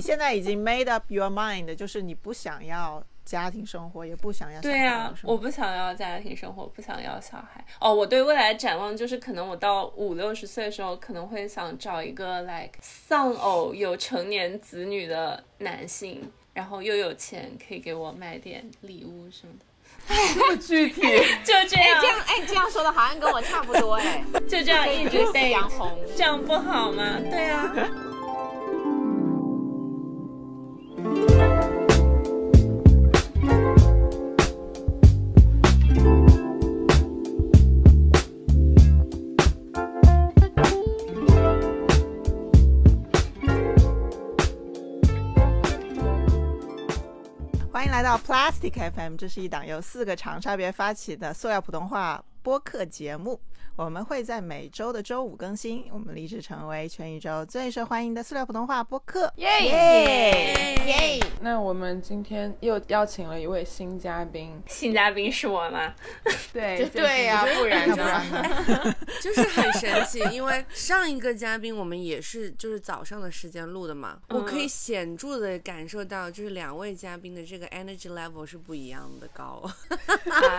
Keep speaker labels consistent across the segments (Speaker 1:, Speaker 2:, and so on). Speaker 1: 现在已经 made up your mind，就是你不想要家庭生活，也不想要小
Speaker 2: 对
Speaker 1: 孩
Speaker 2: 呀、
Speaker 1: 的生活
Speaker 2: 我不想要家庭生活，不想要小孩。哦，我对未来展望就是，可能我到五六十岁的时候，可能会想找一个 like 丧偶有成年子女的男性，然后又有钱，可以给我买点礼物什么的，
Speaker 3: 这么具体，
Speaker 2: 就这样，
Speaker 4: 这样哎，这样说的好像跟我差不多 哎，
Speaker 2: 就这样一
Speaker 4: 可
Speaker 2: 直
Speaker 4: 以是
Speaker 2: date
Speaker 4: 杨红。
Speaker 2: 这样不好吗？对啊。
Speaker 1: 欢迎来到 Plastic FM，这是一档由四个长沙别发起的塑料普通话播客节目。我们会在每周的周五更新。我们立志成为全宇宙最受欢迎的塑料普通话播客。
Speaker 4: 耶
Speaker 1: 耶！
Speaker 4: 耶！
Speaker 3: 那我们今天又邀请了一位新嘉宾，
Speaker 2: 新嘉宾是我吗？
Speaker 3: 对啊
Speaker 4: 就 对呀、不然
Speaker 1: 要
Speaker 4: 呢
Speaker 1: 不然呢？
Speaker 5: 就是很神奇，因为上一个嘉宾我们也是就是早上的时间录的嘛，
Speaker 4: 嗯
Speaker 5: 我可以显著的感受到，就是两位嘉宾的这个 energy level 是不一样的高，
Speaker 2: 啊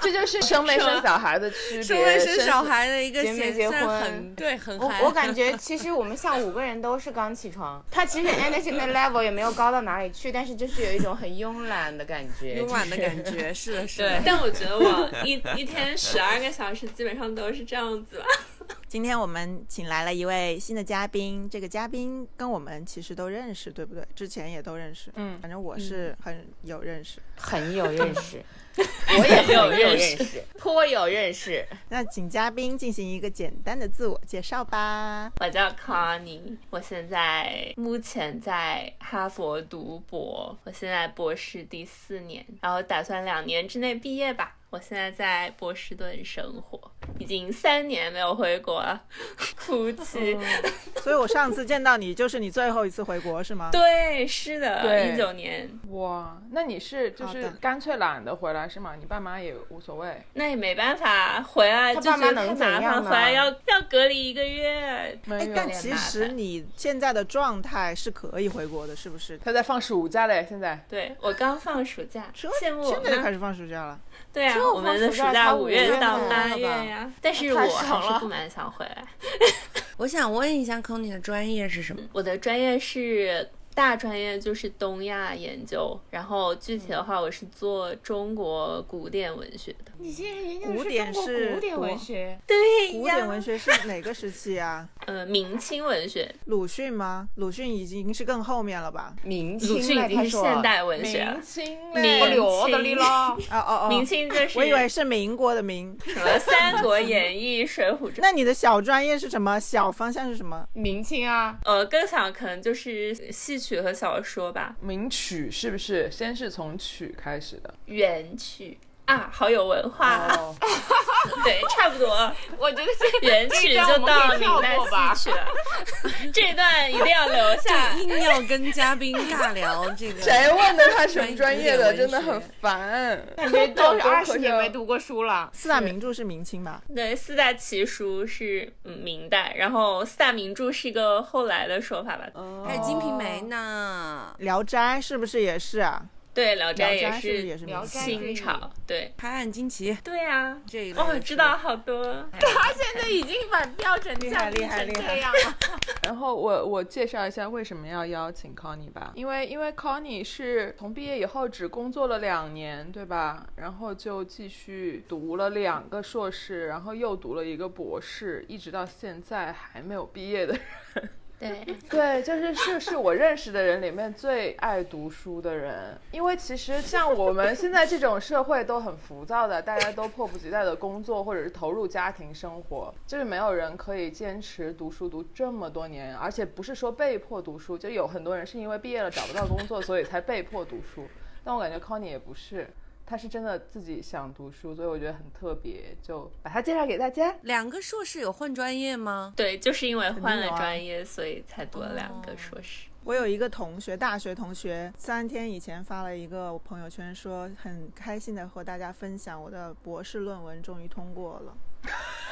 Speaker 3: 这就是生没生小孩的区别，
Speaker 5: 是为生小孩的一个
Speaker 3: 结没
Speaker 5: 显
Speaker 3: 结
Speaker 5: 现
Speaker 3: 婚
Speaker 5: 很对很
Speaker 4: 我
Speaker 5: 嗨
Speaker 4: 我感觉其实我们像五个人都是刚起床， 他其实 energy 的 level 也没有高到哪里去，但是就是有一种很慵懒的感觉，
Speaker 5: 慵懒的
Speaker 4: 就是
Speaker 5: 感觉，是的，是
Speaker 2: 对
Speaker 5: 的，。
Speaker 2: 但我觉得我一一天十二个小时基本上都是这样子吧。
Speaker 1: 今天我们请来了一位新的嘉宾，这个嘉宾跟我们其实都认识，对不对？之前也都认识，
Speaker 3: 嗯
Speaker 1: 反正我是很有认识。
Speaker 4: 很有认识， 我也很有认识，颇有认识。
Speaker 1: 那请嘉宾进行一个简单的自我介绍吧。
Speaker 2: 我叫 Connie，我现在目前在哈佛读博，我现在博士第四年，然后打算两年之内毕业吧。我现在在波士顿生活，已经三年没有回国了，哭
Speaker 4: 哦
Speaker 2: 泣。
Speaker 1: 所以我上次见到你，就是你最后一次回国是吗？
Speaker 2: 对，是的，
Speaker 3: 对
Speaker 2: 一九年，
Speaker 3: 哇，那你是就
Speaker 1: 好
Speaker 3: 是
Speaker 1: 的
Speaker 3: 干脆懒得回来是吗？你爸妈也无所谓。
Speaker 2: 那也没办法，回来
Speaker 4: 他
Speaker 2: 就
Speaker 4: 爸
Speaker 2: 觉
Speaker 4: 妈
Speaker 2: 得
Speaker 4: 能
Speaker 2: 太
Speaker 4: 怎
Speaker 2: 麻
Speaker 4: 样啊
Speaker 2: 烦，
Speaker 4: 呢
Speaker 2: 回来要要隔离一个月。
Speaker 3: 没
Speaker 1: 哎，
Speaker 3: 有
Speaker 1: 但
Speaker 2: 点
Speaker 1: 其
Speaker 2: 麻
Speaker 1: 实
Speaker 2: 烦
Speaker 1: 你现在的状态是可以回国的，是不是？
Speaker 3: 他在放暑假嘞，现在
Speaker 2: 对我刚放暑假，
Speaker 1: 这
Speaker 2: 羡慕啊我
Speaker 1: 现在就
Speaker 2: 妈
Speaker 1: 开。始放暑假了，
Speaker 2: 对啊，
Speaker 4: 这
Speaker 2: 我们的
Speaker 4: 放暑
Speaker 2: 暑
Speaker 4: 假
Speaker 2: 假
Speaker 4: 才
Speaker 2: 五
Speaker 4: 五
Speaker 2: 月
Speaker 4: 月
Speaker 2: 到
Speaker 4: 份
Speaker 2: 八
Speaker 4: 了
Speaker 2: 月
Speaker 4: 吧
Speaker 2: 呀，但是我
Speaker 4: 太爽
Speaker 2: 还
Speaker 4: 了
Speaker 2: 是不蛮想回来。
Speaker 5: 我想问一下 c o n y 的专业是什么？
Speaker 2: 我的专业是大专业，就是东亚研究，然后具体的话，我是做中国古典文学的。
Speaker 4: 你现在研
Speaker 1: 究的是古典中国是古典文
Speaker 4: 学，
Speaker 2: 对
Speaker 1: 古典文，学是哪个时期啊？
Speaker 2: 呃，明清文学，
Speaker 1: 鲁迅吗？鲁迅已经是更后面了吧？
Speaker 4: 明
Speaker 2: 鲁
Speaker 4: 清
Speaker 2: 迅
Speaker 4: 嘞
Speaker 2: 已经
Speaker 4: 他
Speaker 2: 是
Speaker 4: 说
Speaker 2: 现代文学
Speaker 3: 明
Speaker 2: 了。
Speaker 3: 清
Speaker 4: 哎我
Speaker 3: 嘞
Speaker 2: 明，
Speaker 4: 了的哩啦，
Speaker 1: 哦哦哦，
Speaker 2: 明清就是
Speaker 1: 我以为是民国的民。
Speaker 2: 什么《三国演义》《水浒传》，
Speaker 1: 那你的小专业是什么？小方向是什么？
Speaker 4: 明清啊，
Speaker 2: 呃，更想可能就是戏曲和小说吧，
Speaker 3: 名曲是不是先是从曲开始的？
Speaker 2: 元曲啊，好有文化啊，
Speaker 3: 哦，
Speaker 2: 对，差不多。啊
Speaker 4: 我觉得是
Speaker 2: 元曲就到明代戏曲了，这一段一定要留下。
Speaker 5: 硬要跟嘉宾尬聊这个，
Speaker 3: 谁问的他什么专业的？
Speaker 5: 专业
Speaker 3: 真的很
Speaker 5: 文学
Speaker 3: 烦。
Speaker 4: 感觉都是
Speaker 3: 都
Speaker 4: 二十年
Speaker 3: 合
Speaker 4: 没
Speaker 3: 着
Speaker 4: 读过书了。
Speaker 1: 四大名著是明清吧？
Speaker 2: 对，四大奇书是嗯明代，然后四大名著是一个后来的说法吧。
Speaker 3: 嗯
Speaker 5: 还有《金瓶梅》呢？
Speaker 1: 《聊斋》是不是也是啊？
Speaker 2: 对，《
Speaker 1: 《聊
Speaker 2: 聊斋》
Speaker 1: 斋》是不是也
Speaker 2: 是
Speaker 1: 是
Speaker 4: 聊
Speaker 1: 明
Speaker 4: 斋
Speaker 1: 清？
Speaker 2: 清朝。对，
Speaker 5: 拍案惊奇
Speaker 2: 对呀、
Speaker 5: 这一类
Speaker 2: 哇、
Speaker 5: 的
Speaker 2: 哦知道好多。
Speaker 4: 他现在已经把标准
Speaker 1: 降低成这样
Speaker 4: 了。
Speaker 3: 然后我我介绍一下为什么要邀请 Connie 吧，因为因为 Connie 是从毕业以后只工作了两年，对吧？然后就继续读了两个硕士，然后又读了一个博士，一直到现在还没有毕业的人。
Speaker 2: 对，
Speaker 3: 对，就是是是我认识的人里面最爱读书的人，因为其实像我们现在这种社会都很浮躁的，大家都迫不及待的工作或者是投入家庭生活，就是没有人可以坚持读书读这么多年，而且不是说被迫读书，就有很多人是因为毕业了找不到工作，所以才被迫读书。但我感觉 Connie 也不是，他是真的自己想读书，所以我觉得很特别，就把他介绍给大家。
Speaker 5: 两个硕士有换专业吗？
Speaker 2: 对，就是因为换
Speaker 1: 定
Speaker 2: 了
Speaker 1: 有啊
Speaker 2: 专业，所以才读了两个硕士。
Speaker 1: 我有一个同学，大学同学，三天以前发了一个朋友圈，说很开心的和大家分享我的博士论文终于通过了。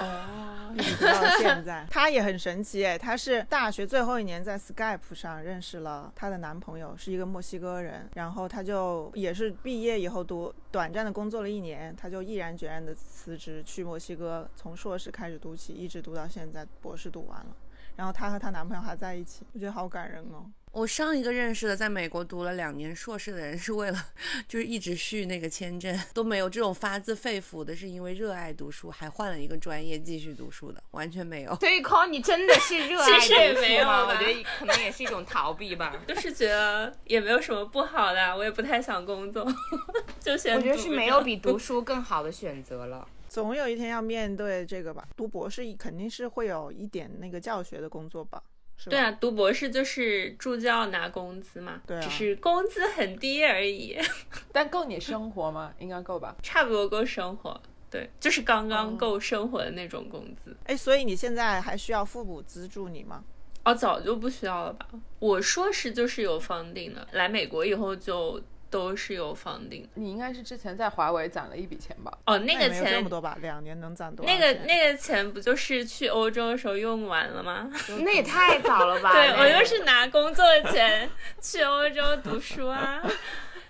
Speaker 2: 哦，
Speaker 1: 一直到现在。她也很神奇哎，她是大学最后一年在 Skype 上认识了她的男朋友，是一个墨西哥人。然后她就也是毕业以后读短暂的工作了一年，她就毅然决然的辞职去墨西哥，从硕士开始读起，一直读到现在，博士读完了。然后她和她男朋友还在一起，我觉得好感人哦。
Speaker 5: 我上一个认识的在美国读了两年硕士的人，是为了就是一直续那个签证，都没有这种发自肺腑的，是因为热爱读书，还换了一个专业继续读书的，完全没有。
Speaker 4: 所以 c o 你真的是热
Speaker 2: 其
Speaker 4: 爱
Speaker 2: 实也
Speaker 4: 读书
Speaker 2: 没有
Speaker 4: 吗？
Speaker 2: 吧
Speaker 4: 我觉得可能也是一种逃避吧。
Speaker 2: 就是觉得也没有什么不好的，啊我也不太想工作， 就先
Speaker 4: 我觉得是
Speaker 2: 读着
Speaker 4: 没有比读书更好的选择了。
Speaker 1: 总有一天要面对这个吧。读博士肯定是会有一点那个教学的工作吧，是吧？
Speaker 2: 对啊，读博士就是助教拿工资嘛，
Speaker 1: 对啊
Speaker 2: 只是工资很低而已，
Speaker 3: 但够你生活吗？应该够吧。
Speaker 2: 差不多够生活。对，就是刚
Speaker 1: 哦
Speaker 2: 刚够生活的那种工资。
Speaker 1: 哎，所以你现在还需要父母资助你吗？
Speaker 2: 哦，早就不需要了吧？我硕士就是有房定的，来美国以后就都是有房定的。
Speaker 3: 你应该是之前在华为攒了一笔钱吧？
Speaker 2: 哦，那
Speaker 1: 也
Speaker 2: 个
Speaker 1: 没有这
Speaker 2: 钱
Speaker 1: 么，多吧，两年能攒多少
Speaker 2: 那
Speaker 1: 钱？
Speaker 2: 个那个钱不就是去欧洲的时候用完了吗？
Speaker 4: 那也太早了吧？哎
Speaker 2: 对
Speaker 4: 那
Speaker 2: 我
Speaker 4: 个
Speaker 2: 就是拿工作钱 去欧洲读书啊。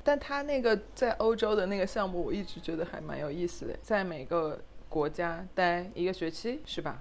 Speaker 3: 但他那个在欧洲的那个项目，我一直觉得还蛮有意思的，在每个国家待一个学期是吧？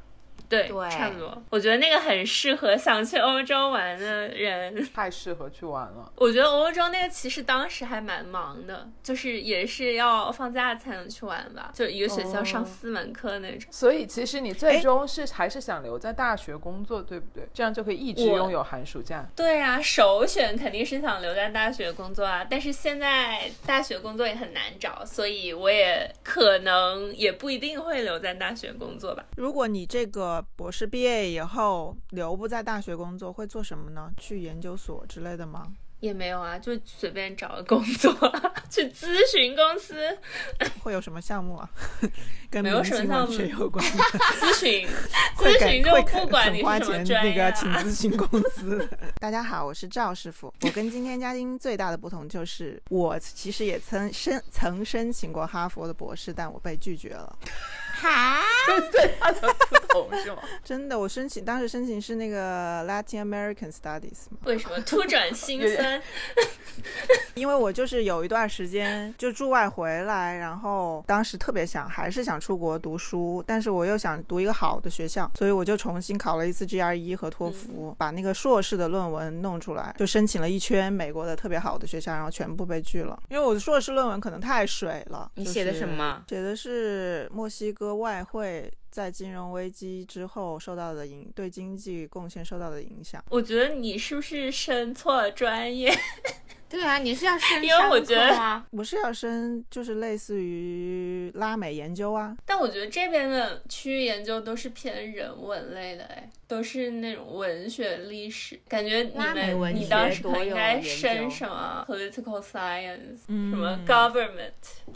Speaker 2: 对，
Speaker 4: 对
Speaker 2: 差不多。我觉得那个很适合想去欧洲玩的人。
Speaker 3: 太适合去玩了。
Speaker 2: 我觉得欧洲那个其实当时还蛮忙的，就是也是要放假才能去玩吧，就一个学期要
Speaker 1: 哦
Speaker 2: 上四门课那种。
Speaker 3: 所以其实你最
Speaker 1: 哎
Speaker 3: 终是还是想留在大学工作，对不对？这样就可以一直
Speaker 2: 我
Speaker 3: 拥有寒暑假。
Speaker 2: 对啊，首选肯定是想留在大学工作啊，但是现在大学工作也很难找，所以我也可能也不一定会留在大学工作吧。
Speaker 1: 如果你这个博士毕业以后留不在大学工作，会做什么呢？去研究所之类的吗？
Speaker 2: 也没有啊，就随便找个工作，啊去咨询公司
Speaker 1: 会有什么项目啊？ 跟
Speaker 2: 没有
Speaker 1: 明
Speaker 2: 什么
Speaker 1: 星
Speaker 2: 项
Speaker 1: 文
Speaker 2: 目
Speaker 1: 学有关的，
Speaker 2: 咨询，
Speaker 1: 会
Speaker 2: 咨
Speaker 1: 给
Speaker 2: 询
Speaker 1: 会
Speaker 2: 就
Speaker 1: 给
Speaker 2: 不管
Speaker 1: 很
Speaker 2: 你
Speaker 1: 花
Speaker 2: 是什么
Speaker 1: 钱
Speaker 2: 专
Speaker 1: 那
Speaker 2: 业、
Speaker 1: 个
Speaker 2: 啊，
Speaker 1: 请咨询公司的。 大家好，我是赵师傅。我跟今天嘉宾最大的不同就是，我其实也曾申曾申请过哈佛的博士，但我被拒绝了。
Speaker 4: 哈，
Speaker 3: 哦，是吗？
Speaker 1: 真的，我申请当时申请是那个 Latin American Studies 嘛，
Speaker 2: 为什么突 转心酸？
Speaker 1: 因为我就是有一段时间就驻外回来，然后当时特别想还是想出国读书，但是我又想读一个好的学校，所以我就重新考了一次 GRE 和托福，把那个硕士的论文弄出来，就申请了一圈美国的特别好的学校，然后全部被拒了，因为我的硕士论文可能太水了。
Speaker 4: 你写的
Speaker 1: 就是
Speaker 4: 什么？
Speaker 1: 写的是墨西哥外汇在金融危机之后受到的影对经济贡献受到的影响。
Speaker 2: 我觉得你是不是申错专业？
Speaker 4: 对啊，你是要升
Speaker 2: 因为我觉得
Speaker 4: 商科啊，
Speaker 1: 我是要升就是类似于拉美研究啊，
Speaker 2: 但我觉得这边的区域研究都是偏人文类的，哎，都是那种文学、历史，感觉你
Speaker 4: 拉美
Speaker 2: 们
Speaker 4: 文学
Speaker 2: 你当时可能应该
Speaker 4: 多有研究
Speaker 2: 申什么 political science、
Speaker 1: 嗯
Speaker 2: 什么 government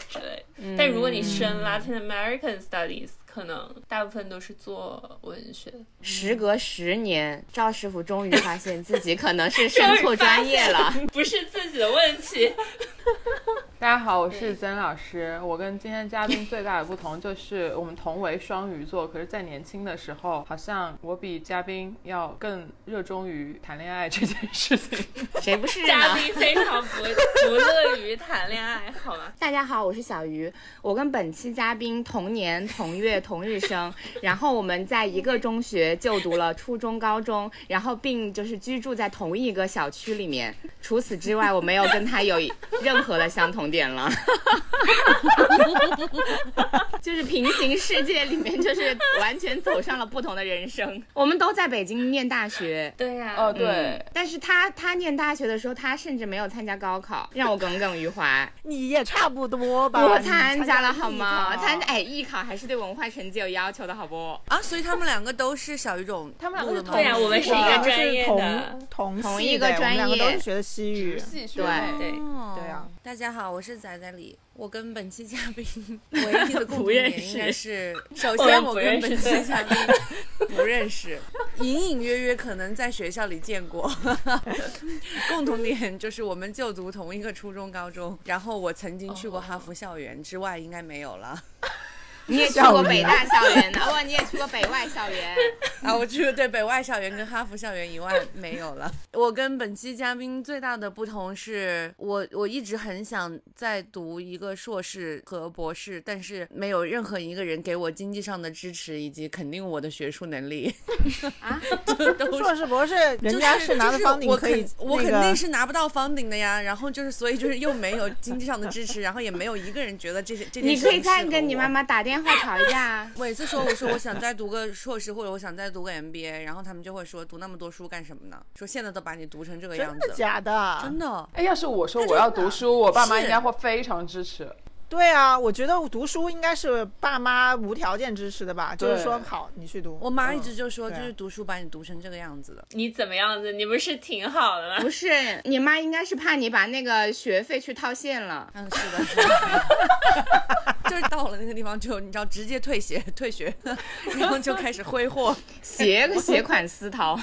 Speaker 2: 之类的。
Speaker 4: 嗯
Speaker 2: 但如果你申 Latin American Studies，可能大部分都是做文学。
Speaker 4: 时隔十年，赵师傅终于发现自己可 能是升错专业了。
Speaker 2: 不是自己的问题。
Speaker 3: 大家好，我是曾老师。我跟今天嘉宾最大的不同就是我们同为双鱼座，可是，在年轻的时候，好像我比嘉宾要更热衷于谈恋爱这件事情。
Speaker 4: 谁不是
Speaker 2: 嘉
Speaker 4: 呢？
Speaker 2: 宾非常不不乐于谈恋爱，好吗？
Speaker 4: 大家好，我是小鱼，我跟本期嘉宾同年同月同日生，然后我们在一个中学就读了初中、高中，然后并就是居住在同一个小区里面。除此之外，我没有跟他有任何的相同点了， 就是平行世界里面就是完全走上了不同的人生。我们都在北京念大学，
Speaker 2: 对呀、
Speaker 3: 哦，对。
Speaker 4: 嗯但是他他念大学的时候，他甚至没有参加高考，让我耿耿于 怀。
Speaker 1: 你也差不多吧？
Speaker 4: 我
Speaker 1: 你
Speaker 4: 参加了
Speaker 1: 艺
Speaker 4: 好吗？
Speaker 1: 考
Speaker 4: 参哎，艺考还是对文化成绩有要求的好不？
Speaker 5: 啊，所以他们两个都是小语种录的吗，
Speaker 3: 他们两个是
Speaker 2: 对呀、
Speaker 3: 啊
Speaker 2: 我们是一
Speaker 1: 我们
Speaker 2: 个专业
Speaker 1: 是
Speaker 2: 的
Speaker 1: 同。同
Speaker 4: 同
Speaker 1: 系
Speaker 4: 一
Speaker 1: 的
Speaker 4: 个
Speaker 1: 我们
Speaker 4: 专
Speaker 1: 两个都
Speaker 4: 业
Speaker 1: 是学的西语。
Speaker 3: 系学
Speaker 4: 对
Speaker 3: 妹
Speaker 2: 对
Speaker 5: 哦
Speaker 1: 对啊，
Speaker 5: 大家好，我是仔仔李。我跟本期嘉宾 唯一的共同
Speaker 4: 不认
Speaker 5: 点
Speaker 4: 识
Speaker 5: 应该是，首
Speaker 2: 我们
Speaker 5: 先
Speaker 2: 不
Speaker 5: 我
Speaker 2: 认
Speaker 5: 跟
Speaker 2: 识
Speaker 5: 本期嘉宾不认 识，隐隐约约可能在学校里见过。 共同点就是我们就读同一个初中、高中，然后我曾经去过哈佛校园，之外应该没有了。
Speaker 4: 你也去过北大校园的，哇，你也去过北外校 园，
Speaker 5: 啊，我去对北外校园跟哈佛校园以外没有了。我跟本期嘉宾最大的不同是我我一直很想再读一个硕士和博士，但是没有任何一个人给我经济上的支持以及肯定我的学术能力
Speaker 4: 啊，
Speaker 5: 就都
Speaker 1: 硕
Speaker 5: 是。
Speaker 1: 士博士， 人家
Speaker 5: 就是
Speaker 1: 拿
Speaker 5: 就
Speaker 1: 了
Speaker 5: 是
Speaker 1: 方顶
Speaker 5: 我
Speaker 1: 可以
Speaker 5: 肯我
Speaker 1: 那
Speaker 5: 肯
Speaker 1: 个
Speaker 5: 定是拿不到方顶的呀。然后就是，所以就是又没有经济上的支持，然后也没有一个人觉得这些这件
Speaker 4: 你
Speaker 5: 事
Speaker 4: 可以
Speaker 5: 情
Speaker 4: 再
Speaker 5: 适合
Speaker 4: 跟你
Speaker 5: 我
Speaker 4: 妈妈打电话吵一架 啊。
Speaker 5: 每次说我说我想再读个硕士，或者我想再读个 MBA，然后他们就会说读那么多书干什么呢？说现在都把你读成这个样
Speaker 1: 真
Speaker 5: 子
Speaker 1: 的
Speaker 5: 了，
Speaker 1: 假的？
Speaker 5: 真的
Speaker 3: 哎，要是我说
Speaker 5: 那
Speaker 3: 我要
Speaker 5: 真的
Speaker 3: 读书，我爸妈
Speaker 5: 是
Speaker 3: 应该会非常支持。
Speaker 1: 对啊，我觉得我读书应该是爸妈无条件支持的吧，就是
Speaker 3: 对
Speaker 1: 说好你去读。
Speaker 5: 我妈一
Speaker 1: 嗯
Speaker 5: 直就说，
Speaker 1: 对
Speaker 5: 就
Speaker 1: 啊
Speaker 5: 是读书把你读成这个样子的。
Speaker 2: 你怎么样子？你不是挺好的吗？
Speaker 4: 不是，你妈应该是怕你把那个学费去套现 了。
Speaker 5: 嗯，是 的，是的就是到了那个地方就你知道直接退学退学， 然后就开始挥 霍。
Speaker 4: 携携款私逃，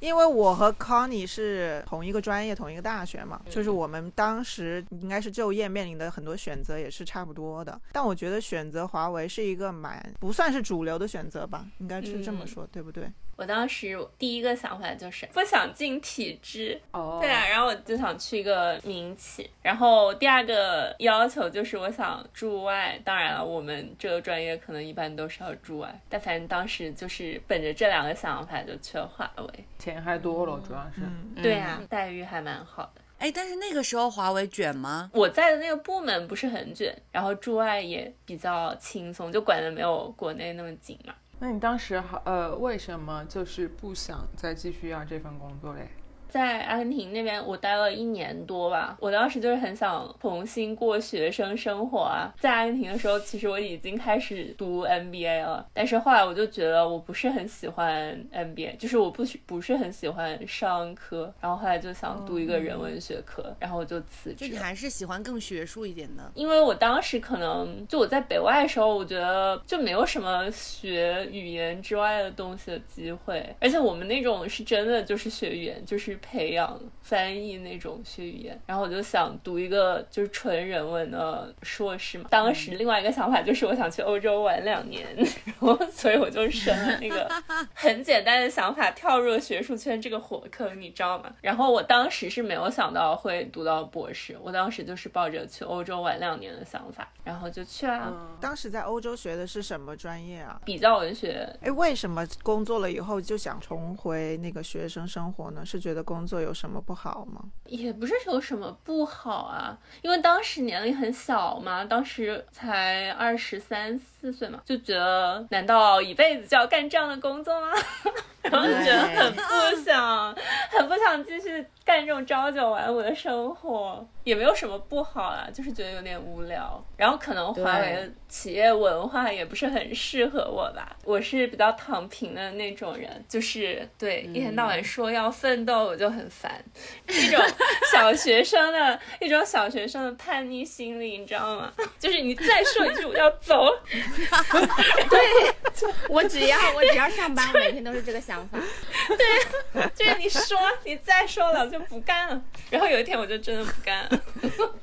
Speaker 1: 因为我和 Connie 是同一个专业、同一个大学嘛，就是
Speaker 4: 嗯
Speaker 1: 我们当时应该是就业面临的很多选择也是差不多的。但我觉得选择华为是一个蛮不算是主流的选择吧，应该是这么
Speaker 2: 嗯
Speaker 1: 说，对不对？
Speaker 2: 我当时第一个想法就是不想进体制，
Speaker 3: 哦，
Speaker 2: 对啊，然后我就想去一个民企，然后第二个要求就是我想驻外。当然了，我们这个专业可能一般都是要驻外，但反正当时就是本着这两个想法就去了华为。
Speaker 3: 钱还多了，主要是。
Speaker 2: 对啊，待遇还蛮好的。
Speaker 5: 哎，但是那个时候华为卷吗？
Speaker 2: 我在的那个部门不是很卷，然后驻外也比较轻松，就管的没有国内那么紧嘛。
Speaker 3: 那你当时还呃，为什么就是不想再继续要这份工作嘞？
Speaker 2: 在阿根廷那边，我待了一年多吧。我当时就是很想重新过学生生活啊。在阿根廷的时候，其实我已经开始读 MBA 了，但是后来我就觉得我不是很喜欢 MBA，就是我不是不是很喜欢商科，然后后来就想读一个人文学科，然后我就辞
Speaker 5: 哦就
Speaker 2: 职
Speaker 5: 你
Speaker 2: 了。
Speaker 5: 还是喜欢更学术一点的。
Speaker 2: 因为我当时可能就我在北外的时候，我觉得就没有什么学语言之外的东西的机会，而且我们那种是真的就是学语言，就是培养翻译那种学语言。然后我就想读一个就是纯人文的硕士嘛。当时另外一个想法就是我想去欧洲玩两年，然后 所以我就选了那个很简单的想法跳入了学术圈这个火坑，你知道吗？然后我当时是没有想到会读到博士，我当时就是抱着去欧洲玩两年的想法，然后就去啦。
Speaker 3: 嗯，
Speaker 1: 当时在欧洲学的是什么专业啊？
Speaker 2: 比较文学，
Speaker 1: 哎，为什么工作了以后就想重回那个学生生活呢？是觉得工作有什么不好吗？
Speaker 2: 也不是有什么不好啊，因为当时年龄很小嘛，当时才二十三四岁嘛，就觉得难道一辈子就要干这样的工作吗？ 然后就觉得很不想，很 不想继续干这种朝九晚五的生活，也没有什么不好啦，就是觉得有点无聊。然后可能华为的企业文化也不是很适合我吧，我是比较躺平的那种人，就是对一天到晚说要奋斗，我就很烦。一种小学生的一种小学生的叛逆心理，你知道吗？就是你再说一句我要走，
Speaker 4: 我只要我只要上班，我每天都是这个想 法。
Speaker 2: 就是你说你再说两句不干了。然后有一天我就真的不干了。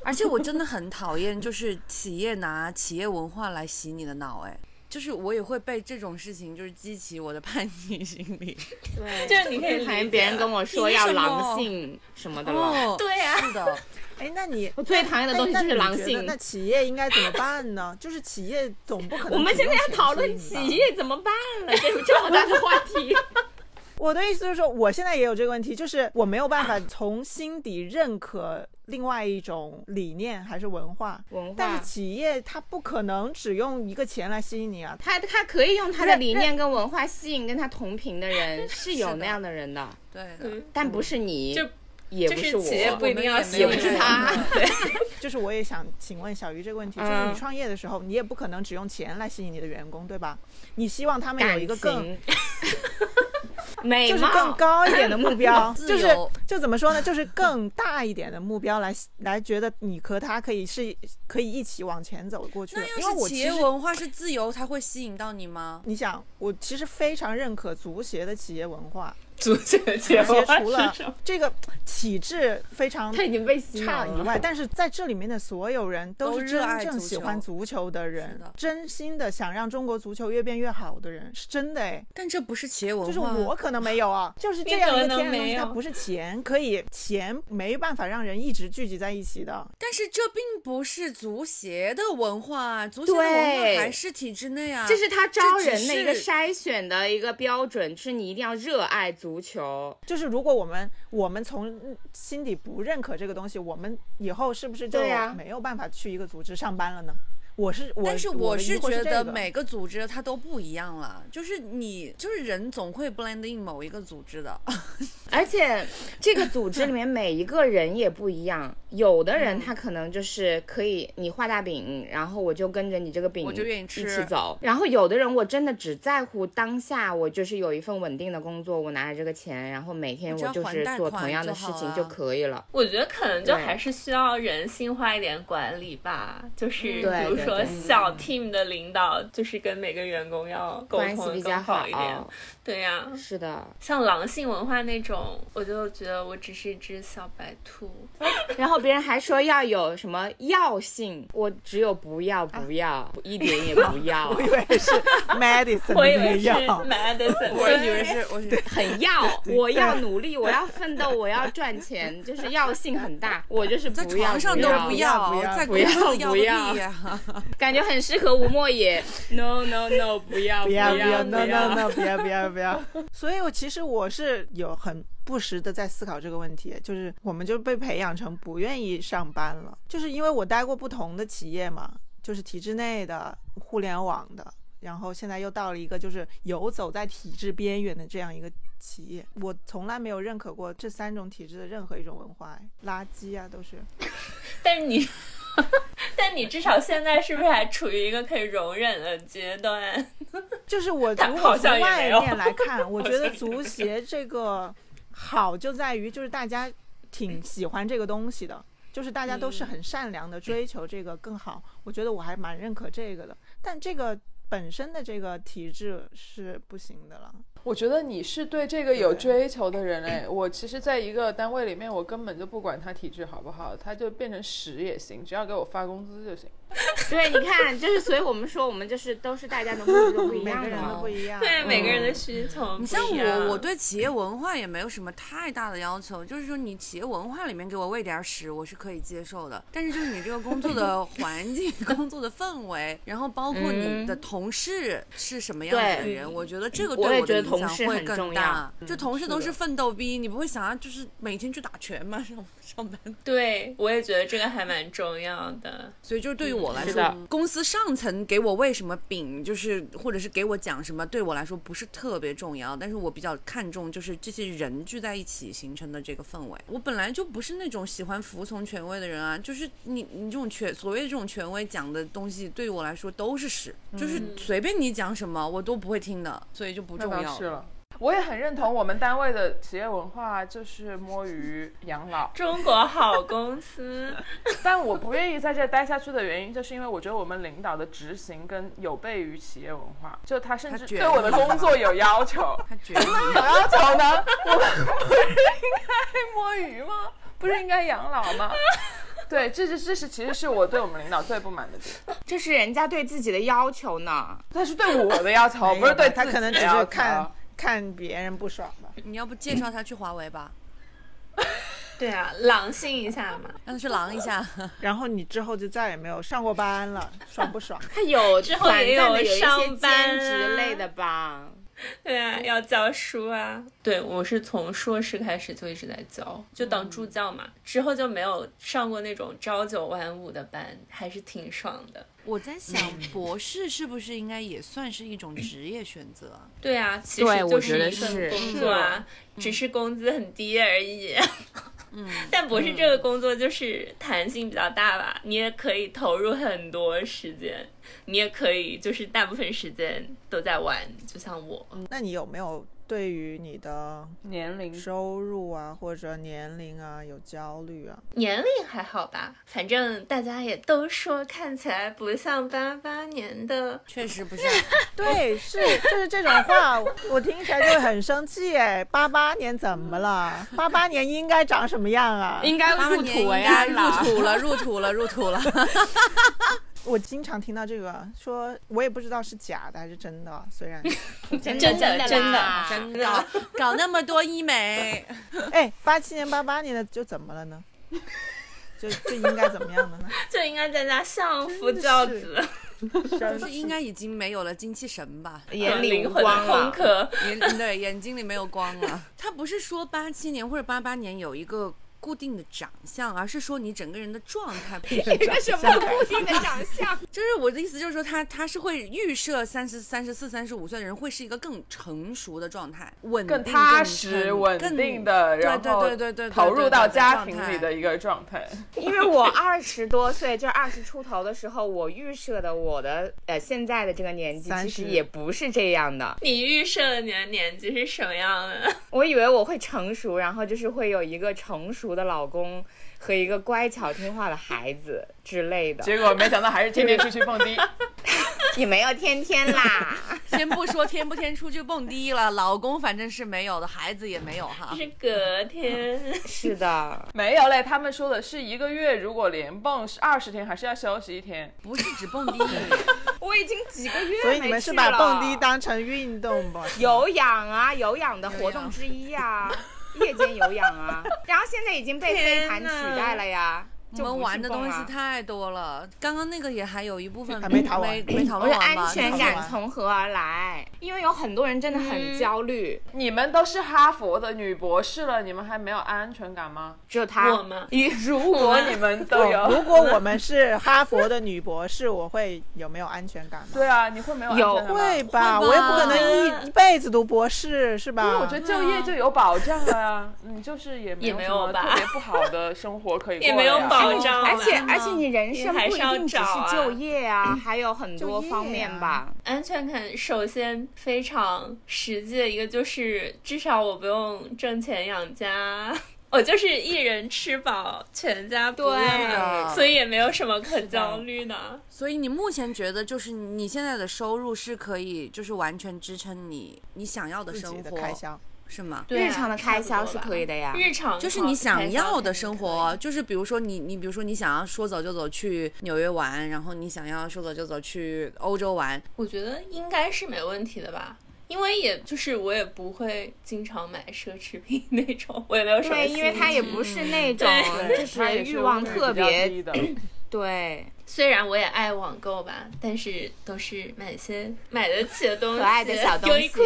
Speaker 5: 而且我真的很讨厌，就是企业拿企业文化来洗你的脑，哎，就是我也会被这种事情就是激起我的叛逆心理。
Speaker 4: 对，
Speaker 2: 就是你可以理解
Speaker 4: 讨厌别人跟我说
Speaker 5: 凭
Speaker 4: 要
Speaker 5: 什么
Speaker 4: 狼性什么的了。
Speaker 5: 哦，
Speaker 2: 对啊呀、
Speaker 5: 是的，
Speaker 1: 哎，那 你
Speaker 4: 我最讨厌的东西就是
Speaker 1: 哎
Speaker 4: 狼
Speaker 1: 那你觉得
Speaker 4: 性
Speaker 1: 那。企业应该怎么办呢？就是企业总不可能。
Speaker 4: 我们现 在要讨论企。业怎么办了，这有这么大的话题。
Speaker 1: 我的意思就是说，我现在也有这个问题，就是我没有办法从心底认可另外一种理念还是文化。
Speaker 4: 文化
Speaker 1: 但是企业它不可能只用一个钱来吸引你啊。
Speaker 4: 他他可以用他的理念跟文化吸引跟他同频的人， 是有那样的人的，
Speaker 5: 对的。
Speaker 2: 嗯，
Speaker 4: 但不是你，
Speaker 2: 就
Speaker 4: 也
Speaker 2: 就
Speaker 4: 不
Speaker 2: 是
Speaker 4: 我，
Speaker 2: 企业不一定要吸
Speaker 4: 也
Speaker 2: 引
Speaker 4: 不是他。
Speaker 1: 就是我也想请问小鱼这个问题，
Speaker 4: 嗯
Speaker 1: 就是你创业的时候，你也不可能只用钱来吸引你的员工，对吧？你希望他们有
Speaker 4: 感
Speaker 1: 一个更
Speaker 4: 情，美
Speaker 1: 就是
Speaker 4: 貌
Speaker 1: 更高一点的目标，
Speaker 5: 自
Speaker 1: 就是
Speaker 5: 由
Speaker 1: 就怎么说呢？就是更大一点的目标来来觉得你和他可以是可以一起往前走过去的。
Speaker 5: 那
Speaker 1: 因为
Speaker 5: 要
Speaker 1: 我
Speaker 5: 是
Speaker 1: 其
Speaker 5: 企业
Speaker 1: 实
Speaker 5: 文化是自由，它会吸引到你吗？
Speaker 1: 你想，我其实非常认可足协的企业文化，
Speaker 2: 足球节
Speaker 1: 其实
Speaker 2: 文化
Speaker 1: 除
Speaker 2: 是
Speaker 1: 了
Speaker 2: 什么？
Speaker 1: 这个体制非常
Speaker 4: 他已经被洗脑
Speaker 1: 差以
Speaker 4: 了。
Speaker 1: 外，但是在这里面的所有人
Speaker 5: 都
Speaker 1: 都是
Speaker 5: 热爱
Speaker 1: 真正
Speaker 5: 足
Speaker 1: 喜
Speaker 5: 球
Speaker 1: 欢足球的人
Speaker 5: 是的，
Speaker 1: 真心的想让中国足球越变越好的人，是真的哎。
Speaker 5: 但这不是企业文化，
Speaker 1: 就是我可能没有啊，就是这
Speaker 2: 你
Speaker 1: 样
Speaker 2: 怎
Speaker 1: 一个
Speaker 2: 么能
Speaker 1: 天然的东
Speaker 2: 没
Speaker 1: 西，它
Speaker 2: 有
Speaker 1: 不是钱可以，钱没办法让人一直聚集在一起的。
Speaker 5: 但是这并不是足协的文化啊，足协的文
Speaker 4: 对
Speaker 5: 化还是体制内啊。
Speaker 4: 这是他招人的一个
Speaker 5: 这只是
Speaker 4: 筛选的一个标准，是你一定要热爱足球。
Speaker 1: 就是如果我们我们从心底不认可这个东西，我们以后是不是就
Speaker 4: 对呀
Speaker 1: 没有办法去一个组织上班了呢？我是我，
Speaker 5: 但是
Speaker 1: 我
Speaker 5: 我
Speaker 1: 的疑
Speaker 5: 是
Speaker 1: 惑这
Speaker 5: 觉得
Speaker 1: 个
Speaker 5: 每个组织它都不一样了，就是你就是人总会 blend in 某一个组织的，
Speaker 4: 而且这个组织里面每一个人也不一样，有的人他可能就是可以你画大饼，然后我就跟着你这个饼，
Speaker 5: 我就愿意吃
Speaker 4: 一起走。然后有的人我真的只在乎当下，我就是有一份稳定的工作，我拿着这个钱，然后每天
Speaker 5: 我只要
Speaker 4: 我就
Speaker 5: 还
Speaker 4: 是
Speaker 5: 贷
Speaker 4: 做
Speaker 5: 款
Speaker 4: 同样的
Speaker 5: 就
Speaker 4: 事
Speaker 5: 好
Speaker 4: 情
Speaker 5: 了
Speaker 4: 就可以了。
Speaker 2: 我觉得可能就
Speaker 4: 对
Speaker 2: 还是需要人性化一点管理吧，就是
Speaker 4: 对
Speaker 2: 比如
Speaker 4: 对
Speaker 2: 说
Speaker 4: 对
Speaker 2: 小 team 的领导，就是跟每个员工要沟
Speaker 4: 关系
Speaker 2: 通
Speaker 4: 比
Speaker 2: 得
Speaker 4: 较
Speaker 2: 更好一点
Speaker 4: 好。，
Speaker 2: 对呀、
Speaker 4: 是的。
Speaker 2: 像狼性文化那种，我就觉得我只是一只小白兔。
Speaker 4: 然后别人还说要有什么药性，我只有不要不要，
Speaker 5: 啊
Speaker 4: 一点也不 要
Speaker 1: 我，以为是 medicine
Speaker 2: 我以
Speaker 1: 的那个
Speaker 2: 为是
Speaker 1: 药，
Speaker 2: Madison，
Speaker 5: 我以为是我是
Speaker 4: 很要，我要努力，我要奋斗，我要赚钱， 就是药性很大，我就是
Speaker 5: 在
Speaker 4: 不要
Speaker 5: 床上
Speaker 4: 不
Speaker 5: 都
Speaker 4: 要
Speaker 1: 不
Speaker 5: 要，
Speaker 1: 要
Speaker 5: 在
Speaker 4: 不
Speaker 5: 公
Speaker 4: 要
Speaker 5: 司
Speaker 4: 不
Speaker 5: 个屁
Speaker 4: 要
Speaker 5: 呀！
Speaker 4: 感觉很适合吴莫言，no no no 不要
Speaker 1: 不
Speaker 4: 不
Speaker 1: 要不要
Speaker 4: 要
Speaker 1: no no no 不要不要不要。所以我其实我是有很不时的在思考这个问题，就是我们就被培养成不愿意上班了，就是因为我待过不同的企业嘛，就是体制内的、互联网的，然后现在又到了一个就是游走在体制边缘的这样一个。企业，我从来没有认可过这三种体制的任何一种文化，哎垃圾啊都是。
Speaker 2: 但是你， 但你至少现在是不是还处于一个可以容忍的阶段？
Speaker 1: 就是我
Speaker 2: 但
Speaker 1: 如
Speaker 2: 好
Speaker 1: 果
Speaker 2: 像
Speaker 1: 从
Speaker 2: 也
Speaker 1: 外
Speaker 2: 没有
Speaker 1: 面 来看，我觉
Speaker 2: 好像也
Speaker 1: 得
Speaker 2: 没
Speaker 1: 足
Speaker 2: 有
Speaker 1: 协这个好就在于就是大家挺喜欢这个东西的，就是大家都是
Speaker 2: 嗯
Speaker 1: 很善良的追求这个更好。我觉得我还蛮认可这个的，但这个本身的这个体制是不行的了。
Speaker 3: 我觉得你是对这个有
Speaker 1: 对
Speaker 3: 追求的人哎。我其实，在一个单位里面，我根本就不管他体制好不好，他就变成屎也行，只要给我发工资就行。
Speaker 4: 对，你看，就是所以我们说，我们就是都是大家的目的都不 一
Speaker 1: 每
Speaker 4: 样
Speaker 1: 个人
Speaker 4: 嘛
Speaker 1: 都。不一样，
Speaker 2: 对每个人的需求不
Speaker 5: 你
Speaker 2: 一
Speaker 5: 像
Speaker 2: 样，
Speaker 5: 我，我对企业文化也没有什么太大的要求，就是说你企业文化里面给我喂点屎，我是可以接受的。但是就是你这个工 作的环境、工作的氛围，然后包括你的同事是什么样子的
Speaker 2: 对
Speaker 5: 人，我觉得这个
Speaker 4: 嗯我也
Speaker 5: 对我
Speaker 4: 觉
Speaker 5: 的
Speaker 4: 得
Speaker 5: 影
Speaker 4: 同
Speaker 5: 响
Speaker 4: 事
Speaker 5: 会
Speaker 4: 很重要
Speaker 5: 更
Speaker 4: 嗯
Speaker 5: 大。就同事
Speaker 3: 是
Speaker 5: 都
Speaker 3: 的
Speaker 5: 是奋斗逼，你不会想要就是每天去打拳吗？ 上上班
Speaker 2: 对我也觉得这个还蛮重要的。
Speaker 5: 所以就是
Speaker 3: 嗯
Speaker 5: 对于我来
Speaker 4: 是
Speaker 5: 说
Speaker 4: 的，
Speaker 5: 公司上层给我喂什么饼，就是或者是给我讲什么，对我来说不是特别重要。但是我比较看重就是这些人聚在一起形成的这个氛围。我本来就不是那种喜欢服从权威的人啊，就是你你这种权所谓这种权威讲的东西，对于我来说都是屎，
Speaker 3: 嗯
Speaker 5: 就是随便你讲什么我都不会听的，所以就不
Speaker 3: 那
Speaker 5: 重
Speaker 3: 倒
Speaker 5: 要
Speaker 3: 是。了。我也很认同我们单位的企业文化，就是摸鱼养老。
Speaker 2: 中国好公 司，
Speaker 3: 但我不愿意在这待下去的原因，就是因为我觉得我们领导的执行跟有悖于企业文化，就他甚
Speaker 5: 他
Speaker 3: 至
Speaker 5: 卷
Speaker 3: 对我的工作有要求。
Speaker 5: 他觉得
Speaker 3: 有要求呢？我们不是应该摸鱼吗？不是应该养老吗？ 对，这是这是其实是我对我们领导最不满的地方，
Speaker 4: 这是人家对自己的要求呢。
Speaker 3: 他是对我的要求，
Speaker 1: 没
Speaker 3: 不是
Speaker 1: 有吧
Speaker 3: 对
Speaker 1: 他
Speaker 3: 自
Speaker 1: 可能
Speaker 3: 己
Speaker 1: 只
Speaker 3: 的要
Speaker 1: 是
Speaker 3: 求
Speaker 1: 看看别人不爽吧。
Speaker 5: 你要不介绍他去华为吧，
Speaker 2: 对啊，狼性一下嘛。
Speaker 5: 让他去狼一下。
Speaker 1: 然后你之后就再也没有上过班了，爽不爽？
Speaker 4: 他有
Speaker 2: 之后也
Speaker 4: 短暂的
Speaker 2: 有
Speaker 4: 有一些
Speaker 2: 上班
Speaker 4: 兼职
Speaker 2: 啊
Speaker 4: 类的吧。
Speaker 2: 对啊，要教书啊。对，我是从硕士开始就一直在教，就当助教嘛。之后就没有上过那种朝九晚五的班，还是挺爽的。
Speaker 5: 我在想，博士是不是应该也算是一种职业选择啊？
Speaker 2: 对啊，其实
Speaker 4: 对
Speaker 2: 就
Speaker 4: 我觉
Speaker 2: 一
Speaker 4: 得
Speaker 2: 份
Speaker 4: 是嗯
Speaker 2: 工作啊，只是工资很低而已。 但博
Speaker 4: 嗯
Speaker 2: 士这个工作就是弹性比较大吧，你也可以投入很多时间，你也可以就是大部分时间都在玩，就像我。
Speaker 1: 那你有没有对于你的
Speaker 3: 年龄
Speaker 1: 收入啊或者年龄啊有焦虑啊？
Speaker 2: 年龄还好吧，反正大家也都说看起来不像八八年的。
Speaker 5: 确实 不是。
Speaker 1: 对，是就是这种话，我我听起来就会很生气哎。八八年怎么了？八八年应该长什么样啊？
Speaker 4: 应该
Speaker 5: 八八
Speaker 4: 入
Speaker 5: 年应
Speaker 4: 土为
Speaker 5: 该
Speaker 4: 安
Speaker 5: 入
Speaker 4: 了。
Speaker 5: 土了，入土了，入土 了。
Speaker 1: 我经常听到这个，说我也不知道是假的还是真的，啊虽然
Speaker 4: 真
Speaker 2: 真的
Speaker 4: 的
Speaker 2: 真的
Speaker 4: 啦
Speaker 5: 真搞搞那么多医 美，
Speaker 1: 哎，八七年、八八年的就怎么了呢？就就应该怎么样的呢？
Speaker 2: 就应该在家相夫教子，
Speaker 5: 就是应该已经没有了精气神吧？
Speaker 4: 眼里无
Speaker 2: 灵魂
Speaker 4: 光啊
Speaker 2: 空
Speaker 4: 了。
Speaker 2: 壳。
Speaker 5: 眼 对眼睛里没有光了。 他不是说八七年或者八八年有一个固定的长相，而是说你整个人的状态不 一样。
Speaker 4: 什么固定的长相？
Speaker 5: 就是我的意思，就是说他他是会预设三十三十四、三十五岁的人会是一个更成熟的状态，稳定、
Speaker 3: 更踏
Speaker 5: 更
Speaker 3: 实、
Speaker 5: 沉
Speaker 3: 稳
Speaker 5: 更
Speaker 3: 定的，
Speaker 5: 对
Speaker 3: 然后
Speaker 5: 对对对对，
Speaker 3: 投入到家
Speaker 5: 状
Speaker 3: 庭
Speaker 5: 态
Speaker 3: 里的一个状态。
Speaker 4: 因为我二十多岁，就二十出头的时候，我预设的我的呃现在的这个年纪，
Speaker 1: 30
Speaker 4: 其实也不是这样的。
Speaker 2: 你预设了你的年纪是什么样的？
Speaker 4: 我以为我会成熟，然后就是会有一个成熟的老公和一个乖巧听话的孩子之类的，
Speaker 3: 结果没想到还是天天出去蹦 迪，
Speaker 4: 也没有天天啦。
Speaker 5: 先不说天不天出去蹦迪了，老公反正是没有的，孩子也没有 哈。
Speaker 2: 是隔天。
Speaker 4: 是的，
Speaker 3: 没有嘞。他们说的是一个月如果连蹦是二十天，还是要休息一天。
Speaker 5: 不是只蹦迪，
Speaker 4: 我已经几个月
Speaker 1: 所以你们是把蹦迪当成运动吧？
Speaker 4: 有氧啊，有氧的活
Speaker 5: 有
Speaker 4: 动
Speaker 5: 氧
Speaker 4: 之一 啊，夜间有氧啊，然后现在已经被飞盘
Speaker 2: 天哪
Speaker 4: 取代了呀。
Speaker 5: 我们玩的东西
Speaker 4: 它
Speaker 5: 太多了。刚刚那个也还有一部分
Speaker 1: 还没讨论
Speaker 5: 没没讨
Speaker 4: 我
Speaker 5: 论
Speaker 4: 是
Speaker 2: 哦
Speaker 5: 完吧？
Speaker 4: 安全
Speaker 1: 讨论
Speaker 4: 感
Speaker 1: 完
Speaker 4: 从何而来？因为有很多人真的
Speaker 2: 嗯
Speaker 4: 很焦虑，
Speaker 3: 你们都是哈佛的女博士了，你们还没有安全感吗？
Speaker 4: 只有他
Speaker 2: 我吗
Speaker 3: 如果你们都
Speaker 1: 哦如
Speaker 3: 有，
Speaker 1: 果我们是哈佛的女博士，我会有没有安全感吗？
Speaker 3: 对啊，你 会没有安
Speaker 4: 有
Speaker 3: 全感吗？
Speaker 1: 会吧，
Speaker 5: 会吧
Speaker 1: 我又不可能一一辈子读博士，是
Speaker 3: 因为
Speaker 1: 吧？
Speaker 3: 我觉得就业就有保障了啊，你就是也没
Speaker 2: 也
Speaker 3: 有
Speaker 2: 没
Speaker 3: 什
Speaker 2: 有
Speaker 3: 么
Speaker 2: 吧
Speaker 3: 特别不好的生活可以 过
Speaker 2: 也没有
Speaker 3: 呀
Speaker 2: 保障 啊
Speaker 4: 啊而且
Speaker 2: 了。
Speaker 4: 而且你人生
Speaker 2: 你还
Speaker 4: 不一
Speaker 2: 是要
Speaker 4: 定只
Speaker 2: 找啊
Speaker 4: 是就业啊，还有很多
Speaker 1: 就业
Speaker 4: 方面
Speaker 1: 啊
Speaker 4: 吧。
Speaker 2: 安全感首先非常实际的一个就是，至少我不用挣钱养家， 我就是一人吃饱全家不
Speaker 5: 的
Speaker 2: 饿，所以也没有什么可焦虑的。
Speaker 5: 所以你目前觉得就是你现在的收入是可以就是完全支撑你你想要的
Speaker 1: 自
Speaker 5: 生
Speaker 1: 己的
Speaker 5: 活
Speaker 1: 开销，
Speaker 5: 是吗？
Speaker 2: 对啊
Speaker 4: 日常的开销是可以的呀
Speaker 2: 差不多吧日常
Speaker 5: 就是你想要的生
Speaker 2: 开
Speaker 5: 活，就是比如说你你比如说你想要说走就走去纽约玩，然后你想要说走就走去欧洲玩，
Speaker 2: 销肯定是可以，我觉得应该是没问题的吧。因为也就是我也不会经常买奢侈品那种，我也没有什么
Speaker 4: 对，因为
Speaker 2: 兴
Speaker 4: 他也
Speaker 2: 趣
Speaker 4: 不是
Speaker 2: 嗯
Speaker 4: 那种
Speaker 3: 对
Speaker 4: 就
Speaker 3: 它
Speaker 4: 是
Speaker 3: 也
Speaker 4: 欲望
Speaker 3: 会
Speaker 4: 特
Speaker 3: 比较
Speaker 4: 别
Speaker 3: 低的
Speaker 4: 对
Speaker 2: 虽然我也爱网购吧，但是都是买些买得起的东西，
Speaker 4: 可爱的小东
Speaker 2: 优衣
Speaker 4: 西
Speaker 2: 库。、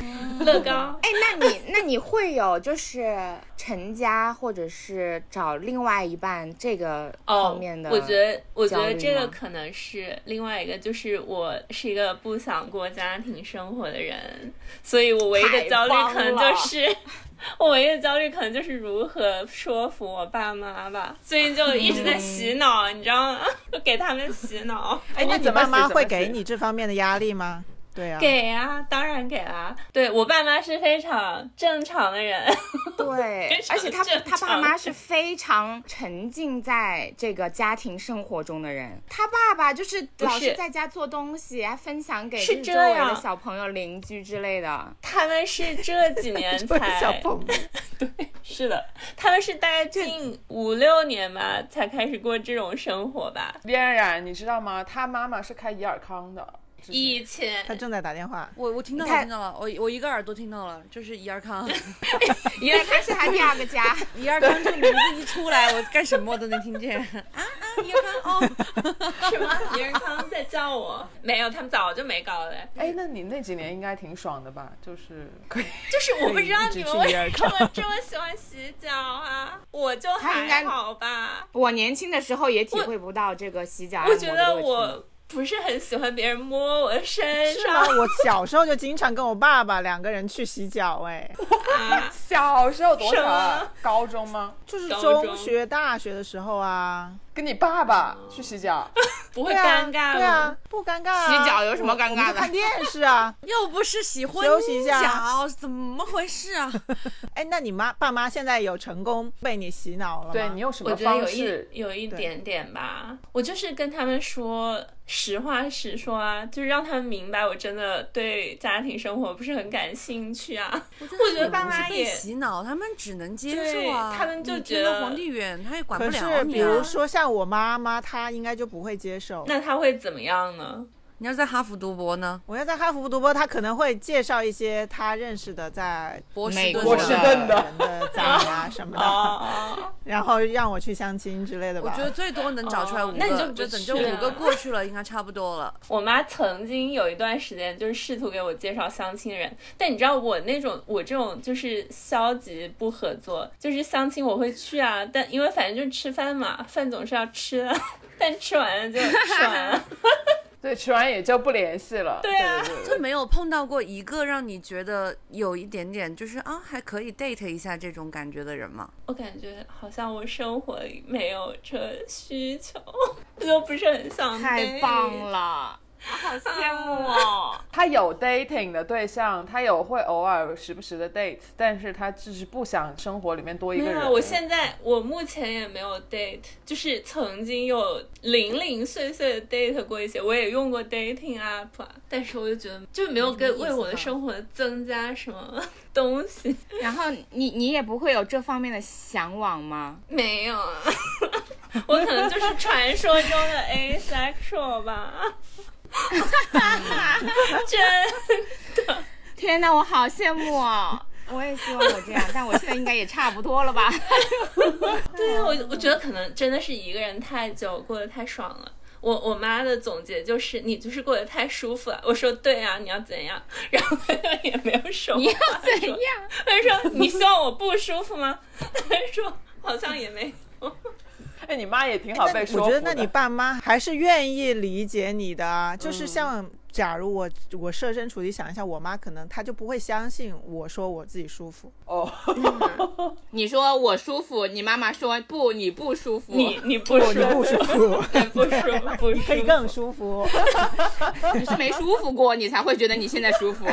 Speaker 2: 乐高。
Speaker 4: 哎，那你那你会有就是成家或者是找另外一半这个
Speaker 2: 哦
Speaker 4: 方面的？
Speaker 2: 我觉得，我觉
Speaker 4: 焦
Speaker 2: 得
Speaker 4: 虑
Speaker 2: 这个
Speaker 4: 吗
Speaker 2: 可能是另外一个，就是我是一个不想过家庭生活的人，所以我唯一的
Speaker 4: 太
Speaker 2: 焦虑
Speaker 4: 棒
Speaker 2: 可能
Speaker 4: 了
Speaker 2: 就是， 我唯一的焦虑可能就是如何说服我爸妈吧。最近
Speaker 4: 嗯
Speaker 2: 就一直在洗脑，你知道吗？ 就给他们洗 脑。
Speaker 1: 哎，那
Speaker 3: 那
Speaker 1: 你
Speaker 3: 你
Speaker 1: 爸
Speaker 3: 怎么
Speaker 1: 妈
Speaker 3: 写
Speaker 1: 会
Speaker 3: 怎么
Speaker 1: 给
Speaker 3: 写
Speaker 1: 你这方面的压力吗？对啊，
Speaker 2: 给啊，当然给啦、对我爸妈是非常正常的人，
Speaker 4: 对
Speaker 2: 非，常
Speaker 4: 而且他
Speaker 2: 正
Speaker 4: 他爸
Speaker 2: 常
Speaker 4: 妈是非常沉浸在这个家庭生活中的人，他爸爸就是老
Speaker 2: 是
Speaker 4: 是在家做东西，还分享给
Speaker 2: 是
Speaker 4: 就是
Speaker 2: 这
Speaker 4: 周围的
Speaker 2: 样
Speaker 4: 小朋友、邻居之类 的。
Speaker 2: 他们是这几年
Speaker 1: 就是
Speaker 2: 才
Speaker 1: 小朋友，
Speaker 2: 是的，他们是大概近五六年吧，才开始过这种生活吧。
Speaker 3: 嫣然，你知道吗？她妈妈是开怡尔康的，之前
Speaker 2: 以前
Speaker 1: 他正在打电话。
Speaker 5: 我我听到
Speaker 4: 你
Speaker 5: 了
Speaker 4: 看
Speaker 5: 听到了，我我一个耳朵听到了，就是怡尔康，
Speaker 4: 因为他是他第二个家，
Speaker 5: 怡尔康这个名字一出来，我干什么我都能听见啊啊怡尔康哦。
Speaker 2: 什么别人康在叫我，没有，他们早就没搞了。
Speaker 3: 哎，那你那几年应该挺爽的吧？就是可以，
Speaker 2: 就是我不知道
Speaker 3: 可以
Speaker 2: 你
Speaker 3: 一
Speaker 2: 们
Speaker 3: 直去
Speaker 2: 为
Speaker 3: 伊尔
Speaker 2: 什么这么喜欢洗脚啊，我就
Speaker 4: 他应该
Speaker 2: 还好吧。
Speaker 4: 我年轻的时候也体会不到这个洗脚
Speaker 2: 我
Speaker 4: 按摩
Speaker 2: 觉
Speaker 4: 的
Speaker 2: 得
Speaker 4: 乐趣
Speaker 2: 我不是很喜欢别人摸我的身
Speaker 1: 是吗
Speaker 2: 上，？
Speaker 1: 我小时候就经常跟我爸爸两个人去洗脚，哎，
Speaker 2: 啊，
Speaker 3: 小时候多
Speaker 2: 什
Speaker 3: 少啊
Speaker 2: 么？
Speaker 3: 高中吗？
Speaker 1: 就是
Speaker 2: 高中
Speaker 1: 中学、大学的时候啊，
Speaker 3: 跟你爸爸去洗脚，
Speaker 2: 不会
Speaker 1: 对啊，
Speaker 2: 尴
Speaker 1: 对
Speaker 2: 尬吗？
Speaker 1: 啊，不尴尬啊。
Speaker 4: 洗脚有什么尴
Speaker 1: 我们
Speaker 4: 尬
Speaker 1: 就看
Speaker 4: 的？
Speaker 1: 电视啊。
Speaker 5: 又不是洗婚
Speaker 1: 休息一下
Speaker 5: 脚，怎么回事 啊？
Speaker 1: 哎，那你妈爸妈现在有成功被你洗脑了吗？
Speaker 3: 对你用什
Speaker 2: 我
Speaker 3: 么
Speaker 2: 觉得
Speaker 3: 方
Speaker 2: 有
Speaker 3: 式？
Speaker 2: 一有一
Speaker 1: 对
Speaker 2: 点点吧，我就是跟他们说实话实说啊，就是让他们明白我真的对家庭生活不是很感兴趣啊。我觉得爸妈
Speaker 5: 是被
Speaker 2: 也
Speaker 5: 洗脑，他们只能接受啊。
Speaker 2: 对他们就
Speaker 5: 你
Speaker 2: 觉
Speaker 5: 天高
Speaker 2: 得
Speaker 5: 皇帝远，他也管不
Speaker 1: 可
Speaker 5: 了
Speaker 1: 是比
Speaker 5: 你啊。
Speaker 1: 如说像我妈妈，她应该就不会接受。
Speaker 2: 那他会怎么样 呢？
Speaker 5: 你要在哈佛读博呢，
Speaker 1: 我要在哈佛读博，她可能会介绍一些她认识的在
Speaker 5: 波士
Speaker 4: 美
Speaker 5: 顿
Speaker 4: 国
Speaker 5: 的
Speaker 3: 波士顿的
Speaker 1: 人的家啊什 么的，
Speaker 2: 哦，
Speaker 1: 然后让我去相亲之类的
Speaker 5: 我
Speaker 1: 吧
Speaker 5: 觉。得最多能找出来
Speaker 2: 哦
Speaker 5: 五个，
Speaker 2: 那你就不
Speaker 5: 等
Speaker 2: 去
Speaker 5: 这五个
Speaker 2: 了
Speaker 5: 过去了，应该差不 多了。
Speaker 2: 我妈曾经有一段时间就是试图给我介绍相亲人，但你知道我那种我这种就是消极不合作，就是相亲我会去啊，但因为反正就是吃饭嘛，饭总是要吃的， 但吃完了就吃完 了。
Speaker 3: 对，吃完也就不联系了。对
Speaker 2: 啊
Speaker 3: 对对对
Speaker 5: 就没有碰到过一个让你觉得有一点点就是啊还可以 date 一下这种感觉的人吗？
Speaker 2: 我感觉好像我生活里没有这需求，我就不是很想
Speaker 4: 太
Speaker 2: date 啊
Speaker 4: 棒！了，我好羡慕哦！
Speaker 3: 他有 dating 的对象，他有会偶尔时不时的 date，但是他就是不想生活里面多一
Speaker 2: 没
Speaker 3: 个人。
Speaker 2: 有，我现在我目前也没有 date，就是曾经有零零碎碎的 date 过一些，我也用过 dating app，啊但是我就觉得就没有
Speaker 5: 没什
Speaker 2: 跟
Speaker 5: 么意
Speaker 2: 为
Speaker 5: 思
Speaker 2: 我的
Speaker 5: 哈
Speaker 2: 生活增加什么东西，
Speaker 4: 然后你你也不会有这方面的向往吗？
Speaker 2: 没有啊，我可能就是传说中的 asexual 吧，真。
Speaker 4: 天哪，我好羡慕哦！我也希望我这样，但我现在应该也差不 多了吧？
Speaker 2: 对啊，我我觉得可能真的是一个人太久过得太爽了。我我妈的总结就是你就是过得太舒服了。我说对啊，你要怎样？ 然后她也没有说
Speaker 4: 你
Speaker 2: 话，
Speaker 4: 要怎样？
Speaker 2: 她说你希望我不舒服吗？ 她说好像也没有。
Speaker 3: 哎，你妈也挺好被说
Speaker 1: 我觉得
Speaker 3: 服
Speaker 1: 那
Speaker 3: 的
Speaker 1: 你爸妈还是愿意理解你的啊，
Speaker 5: 嗯
Speaker 1: 就是像假如我我设身处地想一下，我妈可能她就不会相信我说我自己舒服，
Speaker 3: 哦，
Speaker 4: 你说我舒服，你妈妈说不，你不舒服。
Speaker 2: 你你不舒
Speaker 5: 哦
Speaker 1: 你不
Speaker 2: 服，
Speaker 1: 舒服，
Speaker 2: 不舒服，不舒服，
Speaker 1: 可以更舒服。
Speaker 4: 你是没舒服过，你才会觉得你现在舒服。